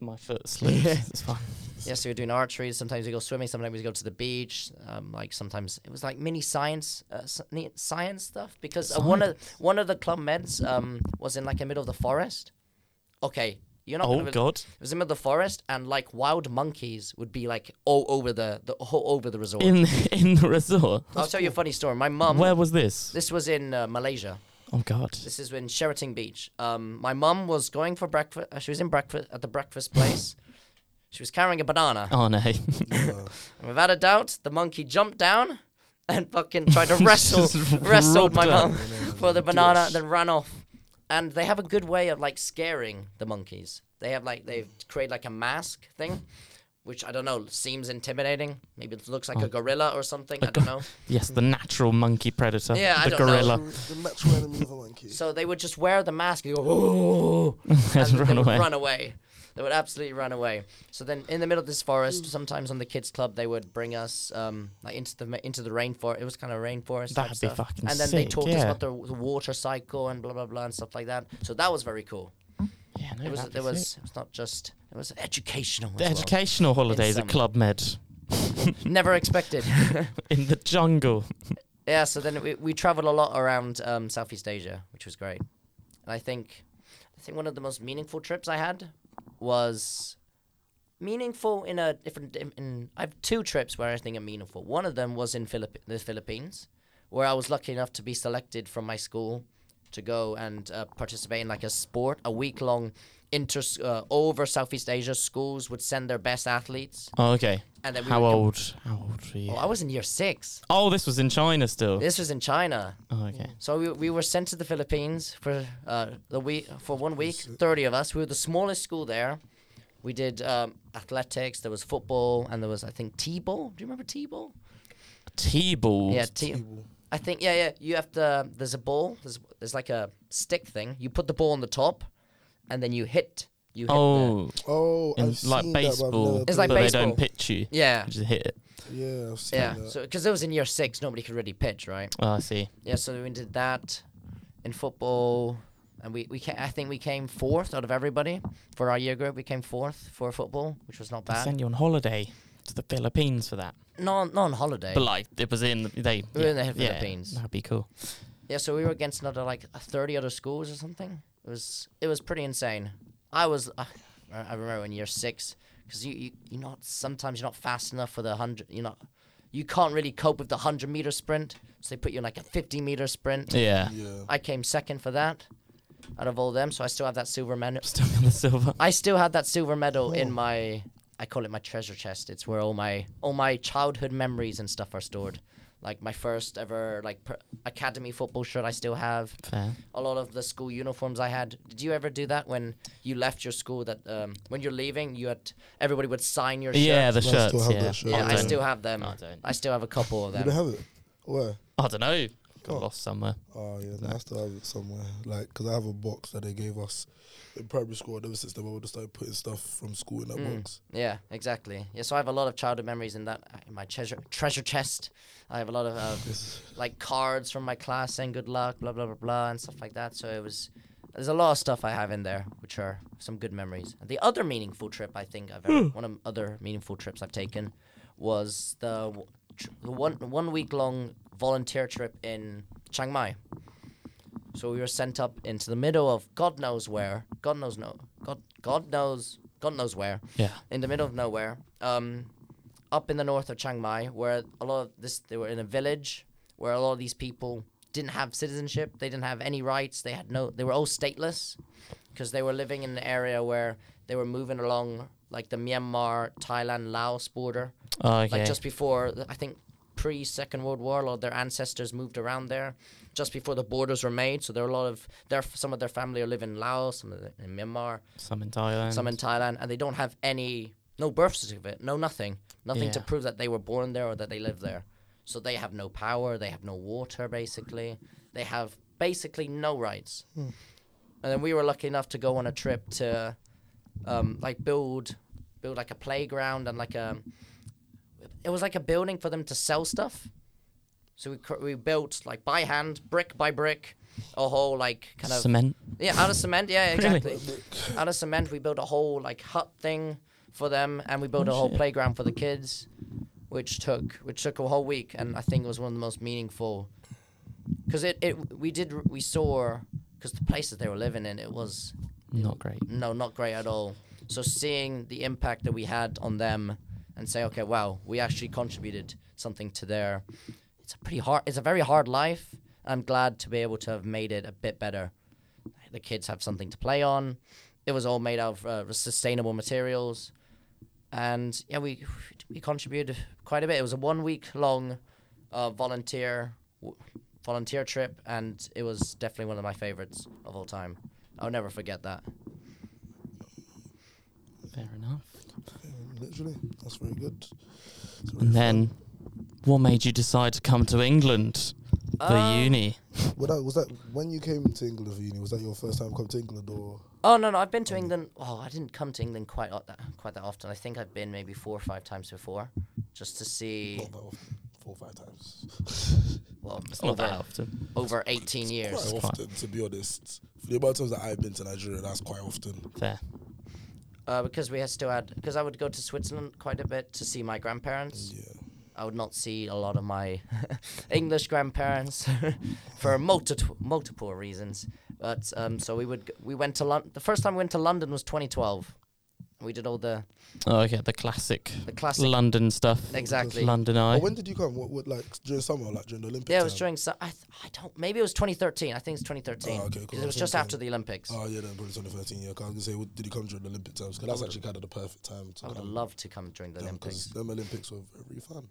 [SPEAKER 1] my foot slipped.
[SPEAKER 2] Yeah.
[SPEAKER 1] It's fine.
[SPEAKER 2] yeah. So we were doing archery. Sometimes we go swimming. Sometimes we go to the beach. Um, like sometimes it was like mini science, uh, s- ni- science stuff because uh, one of one of the club meds um was in like the middle of the forest. Okay, you're not.
[SPEAKER 1] Oh
[SPEAKER 2] gonna be-
[SPEAKER 1] God,
[SPEAKER 2] It was in the middle of the forest, and like wild monkeys would be like all over the, the all over the resort.
[SPEAKER 1] in in the resort.
[SPEAKER 2] I'll tell you a funny story. My mum.
[SPEAKER 1] Where was this?
[SPEAKER 2] Um, This was in uh, Malaysia.
[SPEAKER 1] Oh God,
[SPEAKER 2] This is in Sheraton Beach. Um, my mum was going for breakfast. Uh, she was in breakfast at the breakfast place. she was carrying a banana.
[SPEAKER 1] oh no,
[SPEAKER 3] Yeah.
[SPEAKER 2] And without a doubt, the monkey jumped down and fucking tried to wrestle
[SPEAKER 1] Just
[SPEAKER 2] wrestled my
[SPEAKER 1] rubbed her.
[SPEAKER 2] mum for the banana, then ran off. And they have a good way of like scaring the monkeys. They have like they create like a mask thing, which I don't know seems intimidating. Maybe it looks like
[SPEAKER 1] Oh.
[SPEAKER 2] a gorilla or something. I don't know.
[SPEAKER 1] yes, the natural monkey predator,
[SPEAKER 2] Yeah, I
[SPEAKER 1] the
[SPEAKER 2] don't know.
[SPEAKER 1] gorilla,
[SPEAKER 3] the natural enemy of a monkey.
[SPEAKER 2] So they would just wear the mask and go, "Whoa," and
[SPEAKER 1] has
[SPEAKER 2] they
[SPEAKER 1] run
[SPEAKER 2] would
[SPEAKER 1] away.
[SPEAKER 2] run away. They would absolutely run away. So then, in the middle of this forest, sometimes on the kids' club, they would bring us um, like into the ma- into the rainforest. It was kind of rainforest. type
[SPEAKER 1] That'd be
[SPEAKER 2] stuff.
[SPEAKER 1] fucking
[SPEAKER 2] And then they
[SPEAKER 1] sick,
[SPEAKER 2] taught us
[SPEAKER 1] yeah.
[SPEAKER 2] about the, the water cycle and blah blah blah and stuff like that. So that was very cool.
[SPEAKER 1] Yeah, no,
[SPEAKER 2] It was
[SPEAKER 1] that'd
[SPEAKER 2] there
[SPEAKER 1] be sick.
[SPEAKER 2] was it was not just it was educational.
[SPEAKER 1] the
[SPEAKER 2] as well.
[SPEAKER 1] educational holidays at
[SPEAKER 2] summer.
[SPEAKER 1] Club Med
[SPEAKER 2] Never expected.
[SPEAKER 1] in the jungle.
[SPEAKER 2] Yeah, so then we, we traveled a lot around um, Southeast Asia, which was great. And I think I think one of the most meaningful trips I had was meaningful in a different in, in I have two trips where I think are meaningful. One of them was in Philippi- the Philippines, where I was lucky enough to be selected from my school to go and uh, participate in like a sport, a week long inter uh, all over Southeast Asia schools would send their best athletes.
[SPEAKER 1] Oh, okay.
[SPEAKER 2] And then we
[SPEAKER 1] how
[SPEAKER 2] would go-
[SPEAKER 1] old? How old were you?
[SPEAKER 2] Oh, I was in year 6.
[SPEAKER 1] Oh, this was in China still.
[SPEAKER 2] This was in China.
[SPEAKER 1] Oh, okay.
[SPEAKER 2] So we, we were sent to the Philippines for uh, the week for one week. Thirty of us. We were the smallest school there. We did um, athletics. There was football, and there was I think t-ball. Do you remember t-ball?
[SPEAKER 1] T-ball.
[SPEAKER 2] Yeah, t. I think yeah, yeah. You have to. There's a ball. There's there's like a stick thing. You put the ball on the top, and then you hit. You hit the-
[SPEAKER 1] Oh,
[SPEAKER 3] oh,
[SPEAKER 1] in,
[SPEAKER 3] I've
[SPEAKER 1] like
[SPEAKER 3] seen
[SPEAKER 1] baseball.
[SPEAKER 3] That, but I've never
[SPEAKER 2] It's like
[SPEAKER 1] but
[SPEAKER 3] played
[SPEAKER 1] they don't
[SPEAKER 2] baseball.
[SPEAKER 1] pitch you.
[SPEAKER 2] yeah,
[SPEAKER 1] You Just hit it.
[SPEAKER 3] it. Yeah, I've seen
[SPEAKER 2] yeah.
[SPEAKER 3] that.
[SPEAKER 2] So because it was in year six, nobody could really pitch, right?
[SPEAKER 1] Oh, I see.
[SPEAKER 2] Yeah, so we did that in football, and we we ca- I think we came fourth out of everybody for our year group. We came fourth for football, which was not
[SPEAKER 1] They
[SPEAKER 2] bad.
[SPEAKER 1] send you on holiday to the Philippines for that.
[SPEAKER 2] No, not on holiday.
[SPEAKER 1] But like, it was in the, they.
[SPEAKER 2] We were in the
[SPEAKER 1] yeah,
[SPEAKER 2] Philippines.
[SPEAKER 1] That'd be cool.
[SPEAKER 2] Yeah, so we were against another like thirty other schools or something. It was it was pretty insane. I was I I remember in year six because you you you not sometimes you're not fast enough for the hundred. You're not you can't really cope with the hundred meter sprint, so they put you in like a fifty meter sprint.
[SPEAKER 1] Yeah.
[SPEAKER 3] Yeah.
[SPEAKER 2] I came second for that out of all them, so I still have that silver medal.
[SPEAKER 1] Still on the silver.
[SPEAKER 2] I still had that silver medal
[SPEAKER 3] Oh.
[SPEAKER 2] in my I call it my treasure chest. It's where all my all my childhood memories and stuff are stored. Like my first ever like per, academy football shirt I still have.
[SPEAKER 1] Fair.
[SPEAKER 2] A lot of the school uniforms I had. Did you ever do that when you left your school that um, when you're leaving you had everybody would sign your
[SPEAKER 1] Yeah,
[SPEAKER 2] shirt?
[SPEAKER 1] the
[SPEAKER 3] I still
[SPEAKER 1] shirts.
[SPEAKER 3] have
[SPEAKER 1] yeah.
[SPEAKER 3] that shirt.
[SPEAKER 2] yeah,
[SPEAKER 1] I,
[SPEAKER 2] I
[SPEAKER 1] don't,
[SPEAKER 2] still have them.
[SPEAKER 1] I don't.
[SPEAKER 2] I still have a couple of
[SPEAKER 3] You don't
[SPEAKER 2] them.
[SPEAKER 3] have it? Where?
[SPEAKER 1] I don't know. Got
[SPEAKER 3] Oh.
[SPEAKER 1] lost somewhere.
[SPEAKER 3] Oh yeah, no, I still have it somewhere. Like, cause I have a box that they gave us in primary school. And ever since then, I would have started putting stuff from school in that
[SPEAKER 2] Mm.
[SPEAKER 3] box.
[SPEAKER 2] Yeah, exactly. Yeah, so I have a lot of childhood memories in that uh, in my treasure treasure chest. I have a lot of uh, like cards from my class saying good luck, blah blah blah blah, and stuff like that. So it was there's a lot of stuff I have in there, which are some good memories. And the other meaningful trip I think I've ever, one of the other meaningful trips I've taken was the w- tr- the one one week long volunteer trip in Chiang Mai. So we were sent up into the middle of God knows where, God knows no, God God knows God knows where
[SPEAKER 1] Yeah.
[SPEAKER 2] in the middle of nowhere, um, up in the north of Chiang Mai, where a lot of this they were in a village where a lot of these people didn't have citizenship, they didn't have any rights, they had no, they were all stateless, because they were living in an area where they were moving along like the Myanmar, Thailand, Laos border,
[SPEAKER 1] Oh, okay.
[SPEAKER 2] like just before th- I think pre Second World War, a lot of their ancestors moved around there, just before the borders were made. So there are a lot of their some of their family are living in Laos, some of the- in Myanmar
[SPEAKER 1] some in Thailand.
[SPEAKER 2] some in Thailand, and they don't have any, no birth certificate, no nothing, nothing to
[SPEAKER 1] Yeah.
[SPEAKER 2] prove that they were born there or that they live there. So they have no power, they have no water, basically. They have basically no rights.
[SPEAKER 1] Hmm.
[SPEAKER 2] And then we were lucky enough to go on a trip to, um, like build, build like a playground and like a, it was like a building for them to sell stuff. So we cr- we built like by hand, brick by brick, a whole like kind of
[SPEAKER 1] cement.
[SPEAKER 2] yeah out of cement. Yeah,
[SPEAKER 1] Really?
[SPEAKER 2] exactly out of cement we built a whole like hut thing for them and we built a whole
[SPEAKER 1] shit.
[SPEAKER 2] playground for the kids which took which took a whole week and i think it was one of the most meaningful because it, it we did we saw because the place that they were living in it was
[SPEAKER 1] Not great.
[SPEAKER 2] no not great at all so seeing the impact that we had on them and say okay wow we actually contributed something to their it's a pretty hard it's a very hard life i'm glad to be able to have made it a bit better the kids have something to play on. It was all made out of uh, sustainable materials, and yeah, we we contributed quite a bit. It was a one week long uh, volunteer w- volunteer trip, and it was definitely one of my favorites of all time. I'll never forget that.
[SPEAKER 1] Fair enough.
[SPEAKER 3] Yeah, literally, that's very good. It's very
[SPEAKER 1] And then, what made you decide to come to England for
[SPEAKER 2] Um,
[SPEAKER 1] uni?
[SPEAKER 3] fun. Well, that, was that when you came to England for uni? Was that your first time coming to England, or
[SPEAKER 2] Oh no, no, I've been to England. Oh, I didn't come to England quite o- that, quite that often. I think I've been maybe four or five times before, just to see
[SPEAKER 3] not that often? Four or five times.
[SPEAKER 2] well
[SPEAKER 1] It's not that
[SPEAKER 2] over,
[SPEAKER 1] often.
[SPEAKER 2] over eighteen years.
[SPEAKER 3] Quite
[SPEAKER 1] quite-
[SPEAKER 3] often, to be honest. For the amount of times that I've been to Nigeria, that's quite often.
[SPEAKER 1] Fair.
[SPEAKER 2] uh, because we had still had because I would go to Switzerland quite a bit to see my grandparents.
[SPEAKER 3] Yeah.
[SPEAKER 2] I would not see a lot of my English grandparents for multiple multiple reasons. But um, so we would g- we went to London. The first time we went to London was 2012. We did all the
[SPEAKER 1] Oh, okay. The classic,
[SPEAKER 2] the classic
[SPEAKER 1] London stuff.
[SPEAKER 2] exactly.
[SPEAKER 1] London Eye.
[SPEAKER 3] But when did you come? What, what like during summer, like during the Olympics?
[SPEAKER 2] Yeah, it was
[SPEAKER 3] time?
[SPEAKER 2] during. So I, th- I don't. Maybe it was 2013. I think it's 2013.
[SPEAKER 3] Oh, okay, cool.
[SPEAKER 2] 'cause It
[SPEAKER 3] I
[SPEAKER 2] was
[SPEAKER 3] was
[SPEAKER 2] just
[SPEAKER 3] thinking-
[SPEAKER 2] after the Olympics.
[SPEAKER 3] Oh yeah, then probably 2013. Yeah, 'cause I was gonna say, what, did he come during the Olympic times? Because that's actually kind of the perfect time to
[SPEAKER 2] I would have
[SPEAKER 3] come.
[SPEAKER 2] loved to come during the
[SPEAKER 3] them, um, 'cause
[SPEAKER 2] Olympics.
[SPEAKER 3] them Olympics were very fun.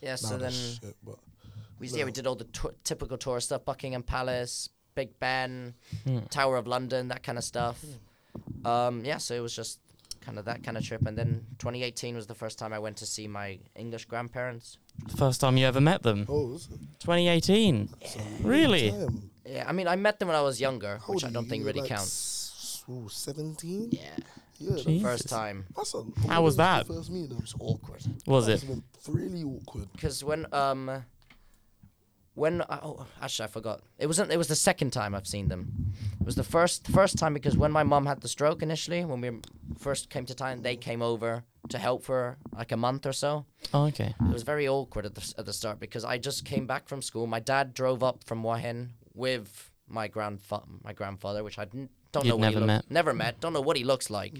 [SPEAKER 2] Yeah. So
[SPEAKER 3] Nah,
[SPEAKER 2] then.
[SPEAKER 3] that's shit, but
[SPEAKER 2] We yeah, we did all the t- typical tourist stuff: Buckingham Palace, Big Ben, Tower of London, that kind of stuff. Um, yeah, so it was just kind of that kind of trip. And then 2018 was the first time I went to see my English grandparents.
[SPEAKER 1] The first time you ever met them.
[SPEAKER 3] oh, was it?
[SPEAKER 1] 2018. Really?
[SPEAKER 3] Damn.
[SPEAKER 2] Yeah, I mean, I met them when I was younger,
[SPEAKER 3] How
[SPEAKER 2] which
[SPEAKER 3] old
[SPEAKER 2] I
[SPEAKER 3] are
[SPEAKER 2] don't think
[SPEAKER 3] you?
[SPEAKER 2] really
[SPEAKER 3] Like
[SPEAKER 2] counts.
[SPEAKER 3] s- ooh, 17.
[SPEAKER 2] Yeah,
[SPEAKER 3] Yeah, that-
[SPEAKER 1] Jeez.
[SPEAKER 2] first
[SPEAKER 1] Jesus.
[SPEAKER 2] time.
[SPEAKER 3] that's a,
[SPEAKER 1] How was that?
[SPEAKER 3] First meeting. It was
[SPEAKER 2] Awkward.
[SPEAKER 1] Was it?
[SPEAKER 3] really awkward.
[SPEAKER 2] Because when um, when I, oh actually I forgot. It wasn't. It was the second time I've seen them. It was the first the first time because when my mom had the stroke initially, when we first came to Thailand, they came over to help for like a month or so.
[SPEAKER 1] Oh, okay.
[SPEAKER 2] It was very awkward at the, at the start because I just came back from school. My dad drove up from Wahin with my grandfa- my grandfather, which I didn't, don't
[SPEAKER 1] You'd
[SPEAKER 2] know what he
[SPEAKER 1] never
[SPEAKER 2] look-
[SPEAKER 1] met.
[SPEAKER 2] never met, don't know what he looks like.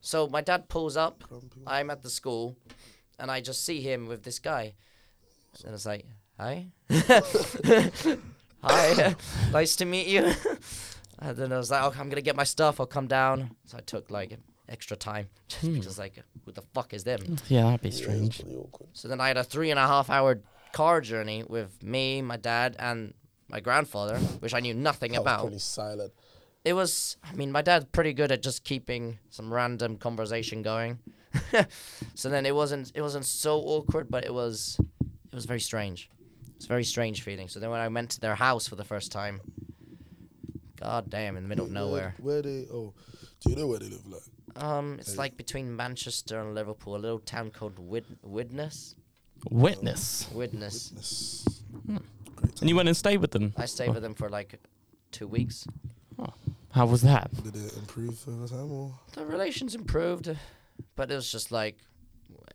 [SPEAKER 2] So my dad pulls up.
[SPEAKER 3] Grumpy.
[SPEAKER 2] I'm at the school, and I just see him with this guy, and it's like, hi, hi, nice to meet you. And then I was like, oh, I'm gonna get my stuff. I'll come down. So I took like extra time just
[SPEAKER 3] Hmm.
[SPEAKER 2] because like, who the fuck is them?
[SPEAKER 1] Yeah, that'd be
[SPEAKER 3] Yeah, it's
[SPEAKER 1] strange.
[SPEAKER 3] pretty awkward.
[SPEAKER 2] So then I had a three and a half hour car journey with me, my dad, and my grandfather, which I knew nothing
[SPEAKER 3] That was
[SPEAKER 2] about.
[SPEAKER 3] pretty silent.
[SPEAKER 2] It was, I mean, my dad's pretty good at just keeping some random conversation going. so then it wasn't, it wasn't so awkward, but it was, it was very strange. It's a very strange feeling. So then when I went to their house for the first time, god damn, in the middle of nowhere.
[SPEAKER 3] Where, where they? Oh, do you know where they live? Like,
[SPEAKER 2] Um, it's like between Manchester and Liverpool, a little town called Wid- Widnes.
[SPEAKER 1] Witness.
[SPEAKER 2] Widnes.
[SPEAKER 3] this
[SPEAKER 2] Hmm.
[SPEAKER 1] And you went and stayed with them.
[SPEAKER 2] I stayed with them for like two weeks.
[SPEAKER 1] How was that?
[SPEAKER 3] did it improve over time or?
[SPEAKER 2] The relations improved, but it was just like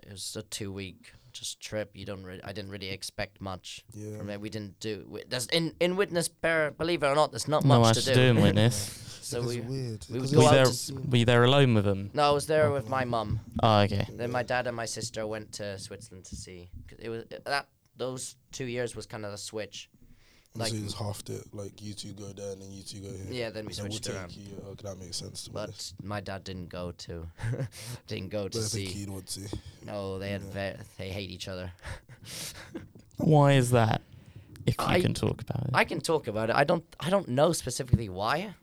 [SPEAKER 2] it was a two week just trip. You don't really, I didn't really expect much.
[SPEAKER 3] Yeah.
[SPEAKER 2] I mean, we didn't do. We, there's in in witness bear, believe it or not, there's not
[SPEAKER 1] No
[SPEAKER 2] much
[SPEAKER 1] much to do in witness.
[SPEAKER 2] so
[SPEAKER 3] That's
[SPEAKER 2] we
[SPEAKER 3] weird.
[SPEAKER 2] we would
[SPEAKER 3] Because
[SPEAKER 1] were,
[SPEAKER 2] go
[SPEAKER 1] you
[SPEAKER 2] out
[SPEAKER 1] there,
[SPEAKER 2] to s-
[SPEAKER 1] were you there alone with them?
[SPEAKER 2] no, I was there with my mum.
[SPEAKER 1] Oh, okay.
[SPEAKER 2] Then my dad and my sister went to Switzerland to see. 'cause It was that those two years was kind of the switch. Like
[SPEAKER 3] so you just halved it. Like you two go there and then you two go here.
[SPEAKER 2] yeah, then we
[SPEAKER 3] Then we'll
[SPEAKER 2] switched
[SPEAKER 3] take
[SPEAKER 2] around.
[SPEAKER 3] you. Okay, that makes sense. To be honest.
[SPEAKER 2] But my dad didn't go to didn't go to
[SPEAKER 3] But I think
[SPEAKER 2] see.
[SPEAKER 3] he'd want to.
[SPEAKER 2] No, they had ve- they hate each other.
[SPEAKER 1] Why is that? If you
[SPEAKER 2] I-
[SPEAKER 1] can talk about it.
[SPEAKER 2] I can talk about it. I don't I don't know specifically why.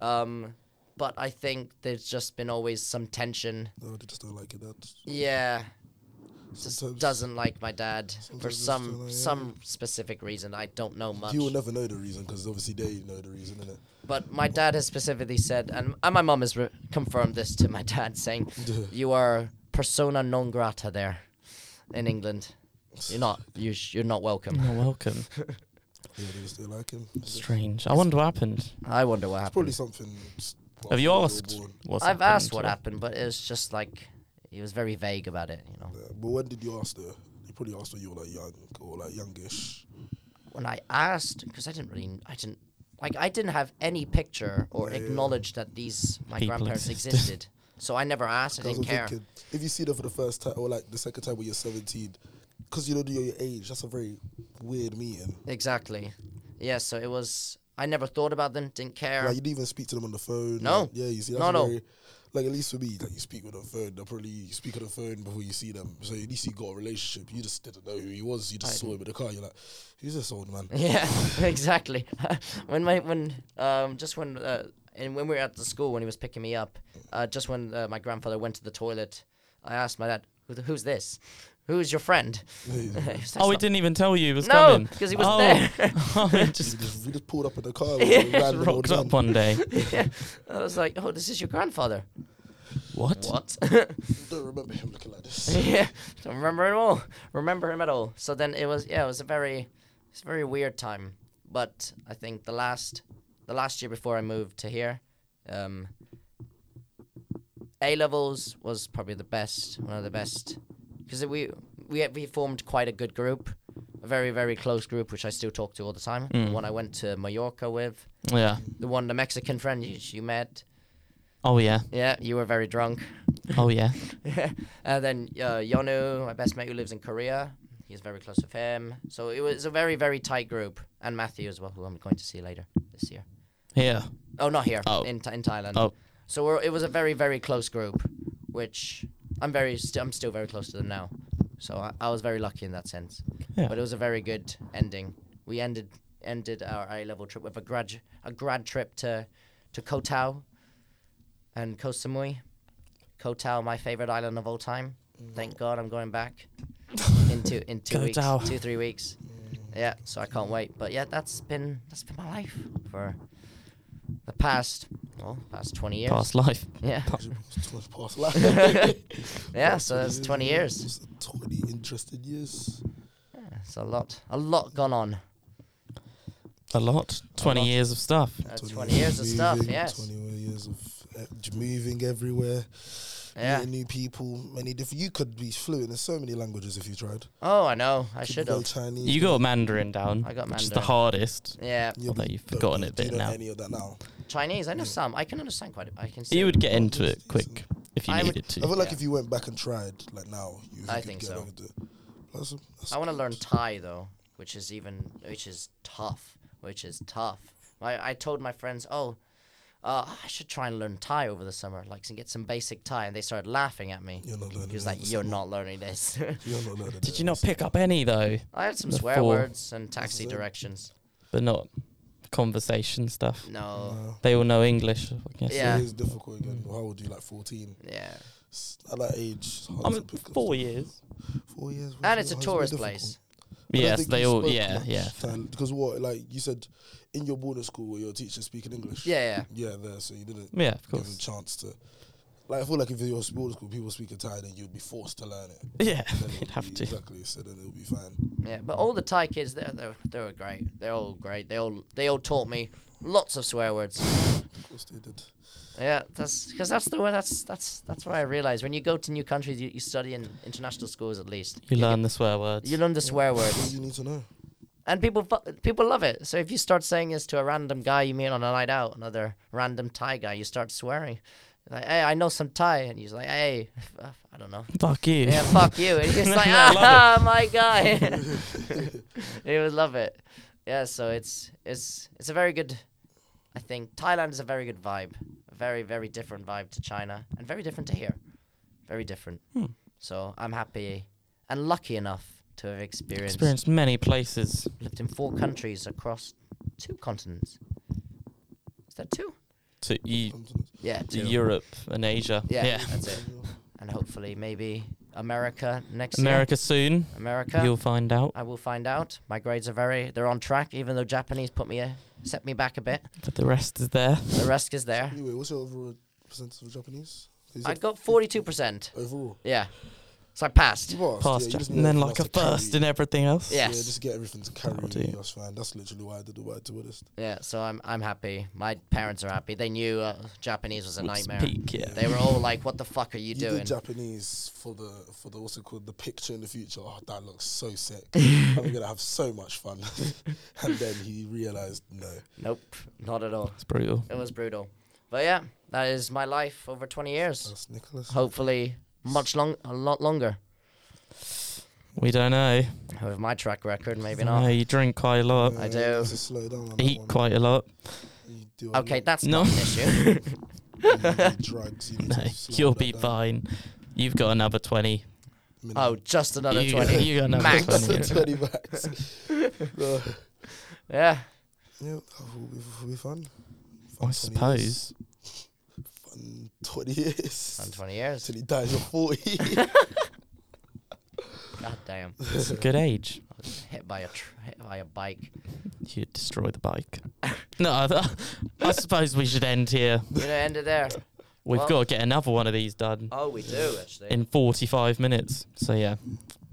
[SPEAKER 2] Um but I think there's just been always some tension.
[SPEAKER 3] No, they just don't like it. That
[SPEAKER 2] Yeah. Just
[SPEAKER 3] Sometimes-
[SPEAKER 2] doesn't like my dad for
[SPEAKER 3] sometimes it's
[SPEAKER 2] some
[SPEAKER 3] still like, yeah.
[SPEAKER 2] some specific reason. I don't know much.
[SPEAKER 3] you will never know the reason because obviously they know the reason, innit?
[SPEAKER 2] But my dad has specifically said, and, and my mom has re- confirmed this to my dad, saying, "You are persona non grata there, in England. You're not. You sh- you're not welcome."
[SPEAKER 1] You're welcome.
[SPEAKER 3] Yeah, they just don't like him.
[SPEAKER 1] Strange. I wonder what happened.
[SPEAKER 2] I wonder what happened.
[SPEAKER 3] Probably something. s- well,
[SPEAKER 1] Have you
[SPEAKER 3] they were
[SPEAKER 1] asked?
[SPEAKER 3] born.
[SPEAKER 1] What's
[SPEAKER 2] I've asked what
[SPEAKER 1] or-
[SPEAKER 2] happened, but it was just like he was very vague about it. You know,
[SPEAKER 3] Yeah, but when did you ask though? You probably asked when you were like young or like youngish.
[SPEAKER 2] when I asked, because I didn't really, I didn't like, I didn't have any picture or
[SPEAKER 3] Yeah.
[SPEAKER 2] acknowledge that these my
[SPEAKER 1] People
[SPEAKER 2] grandparents
[SPEAKER 1] existed.
[SPEAKER 2] existed. So I never asked. I
[SPEAKER 3] That's
[SPEAKER 2] didn't
[SPEAKER 3] what I'm
[SPEAKER 2] care.
[SPEAKER 3] thinking. If you see them for the first time or like the second time when you're 17, because you don't know your age, that's a very weird meeting.
[SPEAKER 2] Exactly. Yeah. So it was. I never thought about them. Didn't care.
[SPEAKER 3] Like you didn't even speak to them on the phone.
[SPEAKER 2] No.
[SPEAKER 3] Like, yeah, you see, that's
[SPEAKER 2] No, no.
[SPEAKER 3] very, like at least for me, like you speak with a phone. They probably you speak on the phone before you see them. So at least you got a relationship. You just didn't know who he was. You just saw him in the car. You're like, who's this old man?
[SPEAKER 2] Yeah, exactly. when my when um just when uh, and when we were at the school when he was picking me up, uh, just when uh, my grandfather went to the toilet, I asked my dad, Who the, "Who's this? Who's your friend?"
[SPEAKER 3] He's-
[SPEAKER 2] That's
[SPEAKER 1] Oh, he
[SPEAKER 2] not-
[SPEAKER 1] didn't even tell you he was
[SPEAKER 2] No,
[SPEAKER 1] coming.
[SPEAKER 2] because he was
[SPEAKER 1] oh.
[SPEAKER 2] there.
[SPEAKER 1] oh, it just
[SPEAKER 3] he just, we just pulled up in the car. with
[SPEAKER 2] Yeah,
[SPEAKER 3] a
[SPEAKER 2] just
[SPEAKER 3] random old
[SPEAKER 1] rocked up
[SPEAKER 3] man.
[SPEAKER 1] one day.
[SPEAKER 2] I was like, "Oh, this is your grandfather."
[SPEAKER 1] What?
[SPEAKER 2] What?
[SPEAKER 3] Don't remember him looking like this.
[SPEAKER 2] yeah, don't remember him at all. Remember him at all. So then it was yeah, it was a very it's a very weird time. But I think the last the last year before I moved to here, um, A levels was probably the best, one of the best, because we we we formed quite a good group, a very very close group which I still talk to all the time. The one I went to Mallorca with,
[SPEAKER 1] Yeah.
[SPEAKER 2] the one the Mexican friend you, you met.
[SPEAKER 1] Oh yeah.
[SPEAKER 2] Yeah, you were very drunk.
[SPEAKER 1] Oh yeah.
[SPEAKER 2] and then uh, Yonu, my best mate who lives in Korea, he's very close with him. So it was a very, very tight group. And Matthew as well, who I'm going to see later this year.
[SPEAKER 1] Here.
[SPEAKER 2] Oh, not here,
[SPEAKER 1] Oh.
[SPEAKER 2] in, Tha- in Thailand.
[SPEAKER 1] Oh.
[SPEAKER 2] So we're, it was a very, very close group, which I'm very, st- I'm still very close to them now. So I, I was very lucky in that sense.
[SPEAKER 1] Yeah.
[SPEAKER 2] But it was a very good ending. We ended ended our A level trip with a grad a grad trip to to Koh Tao and Koh Samui. Koh Tao, my favorite island of all time. Thank God I'm going back in two in two
[SPEAKER 1] Mm. Koh
[SPEAKER 2] weeks,
[SPEAKER 1] Tao.
[SPEAKER 2] two three weeks.
[SPEAKER 3] Mm,
[SPEAKER 2] Yeah, so I can't wait. But yeah, that's been that's been my life for the past well past twenty years.
[SPEAKER 1] Past life.
[SPEAKER 2] Yeah,
[SPEAKER 3] It's too much past life.
[SPEAKER 2] yeah. So that's twenty years.
[SPEAKER 3] It's 20 interesting years.
[SPEAKER 2] Yeah, It's a lot. A lot gone on.
[SPEAKER 1] A lot. 20
[SPEAKER 2] lot.
[SPEAKER 1] years of stuff.
[SPEAKER 2] Uh, 20 years of
[SPEAKER 3] moving,
[SPEAKER 2] stuff, yes.
[SPEAKER 3] 20 years of uh, j- moving everywhere,
[SPEAKER 2] Yeah.
[SPEAKER 3] meeting new people, many different. You could be fluent in so many languages if you tried.
[SPEAKER 2] Oh, I know. I
[SPEAKER 3] Could
[SPEAKER 2] should
[SPEAKER 3] go
[SPEAKER 2] have.
[SPEAKER 3] Chinese.
[SPEAKER 1] You got Mandarin down.
[SPEAKER 2] I got
[SPEAKER 1] Which is the
[SPEAKER 2] Mandarin.
[SPEAKER 1] hardest.
[SPEAKER 2] Yeah.
[SPEAKER 3] Yeah,
[SPEAKER 1] although
[SPEAKER 3] but
[SPEAKER 1] you've
[SPEAKER 3] don't
[SPEAKER 1] forgotten
[SPEAKER 3] you-
[SPEAKER 1] it a
[SPEAKER 3] do you
[SPEAKER 1] bit
[SPEAKER 3] know
[SPEAKER 1] now.
[SPEAKER 3] Any of that now?
[SPEAKER 2] Chinese, I know some. I can understand quite a bit. I can see.
[SPEAKER 1] You would get into it
[SPEAKER 3] decent.
[SPEAKER 1] quick if you
[SPEAKER 2] I would-
[SPEAKER 1] needed
[SPEAKER 3] I
[SPEAKER 1] to.
[SPEAKER 3] feel like
[SPEAKER 2] Yeah.
[SPEAKER 3] if you went back and tried, like now, you
[SPEAKER 2] I
[SPEAKER 3] could
[SPEAKER 2] think
[SPEAKER 3] get
[SPEAKER 2] so.
[SPEAKER 3] back and do it. That's, that's
[SPEAKER 2] I want to
[SPEAKER 3] good.
[SPEAKER 2] learn Thai though, which is even which is tough, which is tough. I I told my friends, oh, uh, I should try and learn Thai over the summer, like to get some basic Thai, and they started laughing at me.
[SPEAKER 3] You're not learning.
[SPEAKER 2] He was
[SPEAKER 3] that
[SPEAKER 2] like,
[SPEAKER 3] this
[SPEAKER 2] you're
[SPEAKER 3] summer.
[SPEAKER 2] not learning this.
[SPEAKER 3] You're not learning.
[SPEAKER 1] Did you not pick up any though?
[SPEAKER 2] I had some
[SPEAKER 1] The
[SPEAKER 2] swear
[SPEAKER 1] four.
[SPEAKER 2] words and taxi
[SPEAKER 3] it.
[SPEAKER 2] directions.
[SPEAKER 1] But not conversation stuff.
[SPEAKER 2] No.
[SPEAKER 1] They all know English. I guess.
[SPEAKER 2] Oh, Yeah.
[SPEAKER 3] It is difficult again.
[SPEAKER 1] Hmm.
[SPEAKER 3] How old are you? Like 14.
[SPEAKER 2] Yeah.
[SPEAKER 3] It's- At that age, it's hard
[SPEAKER 1] I'm
[SPEAKER 3] to
[SPEAKER 1] at
[SPEAKER 3] pick up
[SPEAKER 1] four
[SPEAKER 3] stuff.
[SPEAKER 1] years.
[SPEAKER 3] Four years. why
[SPEAKER 2] And it's
[SPEAKER 3] is it-
[SPEAKER 2] a
[SPEAKER 3] why is it
[SPEAKER 2] tourist
[SPEAKER 3] difficult?
[SPEAKER 2] place.
[SPEAKER 3] I don't
[SPEAKER 1] Yes,
[SPEAKER 3] think
[SPEAKER 1] they
[SPEAKER 3] you
[SPEAKER 1] all.
[SPEAKER 3] spoke
[SPEAKER 1] Yeah,
[SPEAKER 3] much
[SPEAKER 1] yeah.
[SPEAKER 3] Thailand, Because what, like you said, in your boarding school, were your teachers speaking English?
[SPEAKER 2] Yeah,
[SPEAKER 3] Yeah, there. So you didn't
[SPEAKER 1] Yeah, of
[SPEAKER 3] give them a
[SPEAKER 1] course.
[SPEAKER 3] chance to. Like I feel like if you're in boarding school, people speak Thai, then you'd be forced to learn it.
[SPEAKER 1] Yeah,
[SPEAKER 3] Then it
[SPEAKER 1] you'd
[SPEAKER 3] would
[SPEAKER 1] have
[SPEAKER 3] be-
[SPEAKER 1] to.
[SPEAKER 3] Exactly. So then it'll be fine.
[SPEAKER 2] yeah, yeah. But all the Thai kids, they're they're, they're great. They're all great. They all they all taught me lots of swear words.
[SPEAKER 3] Of course they did.
[SPEAKER 2] Yeah, that's because that's the way. That's that's that's what I realized. When you go to new countries, you, you study in international schools at least.
[SPEAKER 1] You learn
[SPEAKER 2] get-
[SPEAKER 1] the swear words.
[SPEAKER 2] you learn the swear
[SPEAKER 3] All
[SPEAKER 2] words,
[SPEAKER 3] you need to know.
[SPEAKER 2] and people fu- people love it. So if you start saying this to a random guy you meet on a night out, another random Thai guy, you start swearing. Like, hey, I know some Thai, and he's like, hey, uh, I don't know.
[SPEAKER 1] Fuck you.
[SPEAKER 2] Yeah, fuck you. And he's like,
[SPEAKER 1] No, I love
[SPEAKER 2] ah, my guy. he would love it. Yeah, so it's it's it's a very good. I think Thailand is a very good vibe, a very very different vibe to China, and very different to here, very different.
[SPEAKER 1] Hmm.
[SPEAKER 2] So I'm happy and lucky enough to have experienced,
[SPEAKER 1] Experienced many places.
[SPEAKER 2] lived in four countries across two continents. Is that two?
[SPEAKER 1] to e-
[SPEAKER 3] Continents.
[SPEAKER 2] Yeah,
[SPEAKER 1] to
[SPEAKER 2] two.
[SPEAKER 1] Europe and Asia.
[SPEAKER 2] yeah,
[SPEAKER 1] Yeah.
[SPEAKER 2] that's it. And hopefully maybe America next
[SPEAKER 1] America soon.
[SPEAKER 2] year. America.
[SPEAKER 1] You'll find out.
[SPEAKER 2] I will find out. My grades are very they're on track, even though Japanese put me a, set me back a bit.
[SPEAKER 1] But the rest is there.
[SPEAKER 2] The rest is there.
[SPEAKER 3] Anyway, what's your overall percentage of Japanese? You
[SPEAKER 2] I
[SPEAKER 3] said
[SPEAKER 2] got forty two percent.
[SPEAKER 3] overall.
[SPEAKER 2] Yeah. So I passed.
[SPEAKER 3] You passed, yeah,
[SPEAKER 1] Past
[SPEAKER 3] you
[SPEAKER 1] Japan.
[SPEAKER 3] just need
[SPEAKER 1] and then
[SPEAKER 3] everything
[SPEAKER 1] like a
[SPEAKER 3] else to carry
[SPEAKER 1] first
[SPEAKER 3] you.
[SPEAKER 1] in everything else.
[SPEAKER 2] Yeah.
[SPEAKER 3] Yeah,
[SPEAKER 2] Yes.
[SPEAKER 3] just get everything to carry
[SPEAKER 1] That'll
[SPEAKER 3] you.
[SPEAKER 1] do.
[SPEAKER 3] That's fine. That's literally why I did the white to be honest.
[SPEAKER 2] Yeah, so I'm I'm happy. My parents are happy. They knew uh, Japanese was a
[SPEAKER 1] What's
[SPEAKER 2] nightmare.
[SPEAKER 1] peak, yeah.
[SPEAKER 2] They were all like, "What the fuck are you,
[SPEAKER 3] You
[SPEAKER 2] doing?"
[SPEAKER 3] did Japanese for the for the what's it called the picture in the future. Oh, that looks so sick. I'm gonna have so much fun. and then he realized no.
[SPEAKER 2] nope, not at all.
[SPEAKER 1] It's brutal.
[SPEAKER 2] It was brutal. But yeah, that is my life over 20 years.
[SPEAKER 3] That's Nicholas.
[SPEAKER 2] Hopefully, much long, a lot longer.
[SPEAKER 1] We don't know.
[SPEAKER 2] With my track record, maybe
[SPEAKER 1] No,
[SPEAKER 2] not.
[SPEAKER 1] you drink quite a lot,
[SPEAKER 3] Yeah,
[SPEAKER 2] I do.
[SPEAKER 3] that's a slow down on that
[SPEAKER 1] eat
[SPEAKER 3] one.
[SPEAKER 1] quite a lot.
[SPEAKER 3] You do a
[SPEAKER 2] Okay,
[SPEAKER 3] lot.
[SPEAKER 2] that's
[SPEAKER 1] No.
[SPEAKER 2] not an issue.
[SPEAKER 3] You need drugs. You need to slow
[SPEAKER 1] You'll
[SPEAKER 3] that
[SPEAKER 1] be
[SPEAKER 3] down.
[SPEAKER 1] fine. You've got another 20.
[SPEAKER 3] Minimum.
[SPEAKER 2] oh, just another
[SPEAKER 1] you,
[SPEAKER 2] 20.
[SPEAKER 1] you got another
[SPEAKER 2] Max.
[SPEAKER 1] 20.
[SPEAKER 3] That's 20 bucks. Uh,
[SPEAKER 2] Yeah.
[SPEAKER 3] yeah, that will be, will be fun.
[SPEAKER 1] I
[SPEAKER 3] Fun 20
[SPEAKER 1] suppose.
[SPEAKER 3] years. Fun 20 years.
[SPEAKER 2] On 20 years.
[SPEAKER 3] Till he dies at 40.
[SPEAKER 2] God damn.
[SPEAKER 1] It's a good age.
[SPEAKER 2] Hit by a tr- hit by a bike.
[SPEAKER 1] You destroy the bike. no, I, th- I suppose we should end here.
[SPEAKER 2] We're gonna end it there.
[SPEAKER 1] We've
[SPEAKER 2] Well-
[SPEAKER 1] got to get another one of these done
[SPEAKER 2] Oh, we do actually.
[SPEAKER 1] in 45 minutes. So, yeah,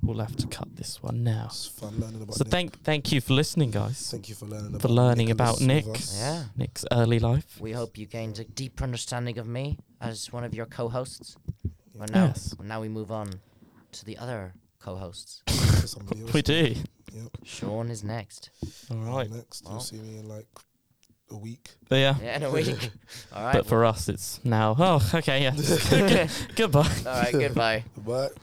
[SPEAKER 1] we'll have to cut this one now.
[SPEAKER 3] It's fun learning about
[SPEAKER 1] So,
[SPEAKER 3] Nick.
[SPEAKER 1] thank thank you for listening, guys.
[SPEAKER 3] Thank you for learning
[SPEAKER 1] for
[SPEAKER 3] about
[SPEAKER 1] learning
[SPEAKER 3] Nicholas
[SPEAKER 1] about Nick.
[SPEAKER 3] with us.
[SPEAKER 2] Yeah.
[SPEAKER 1] Nick's early life.
[SPEAKER 2] We hope you gained a deeper understanding of me as one of your co-hosts. Well, now,
[SPEAKER 1] Yes.
[SPEAKER 2] well, now we move on to the other co-hosts.
[SPEAKER 3] For somebody else.
[SPEAKER 1] We do.
[SPEAKER 3] Yep.
[SPEAKER 2] Sean is next.
[SPEAKER 1] All right.
[SPEAKER 3] Next,
[SPEAKER 2] Well.
[SPEAKER 3] you'll see me in like a week.
[SPEAKER 1] But yeah.
[SPEAKER 2] Yeah, in a week. All right.
[SPEAKER 1] But for us, it's now. Oh, okay. Yeah. Goodbye.
[SPEAKER 2] all right. Goodbye.
[SPEAKER 3] But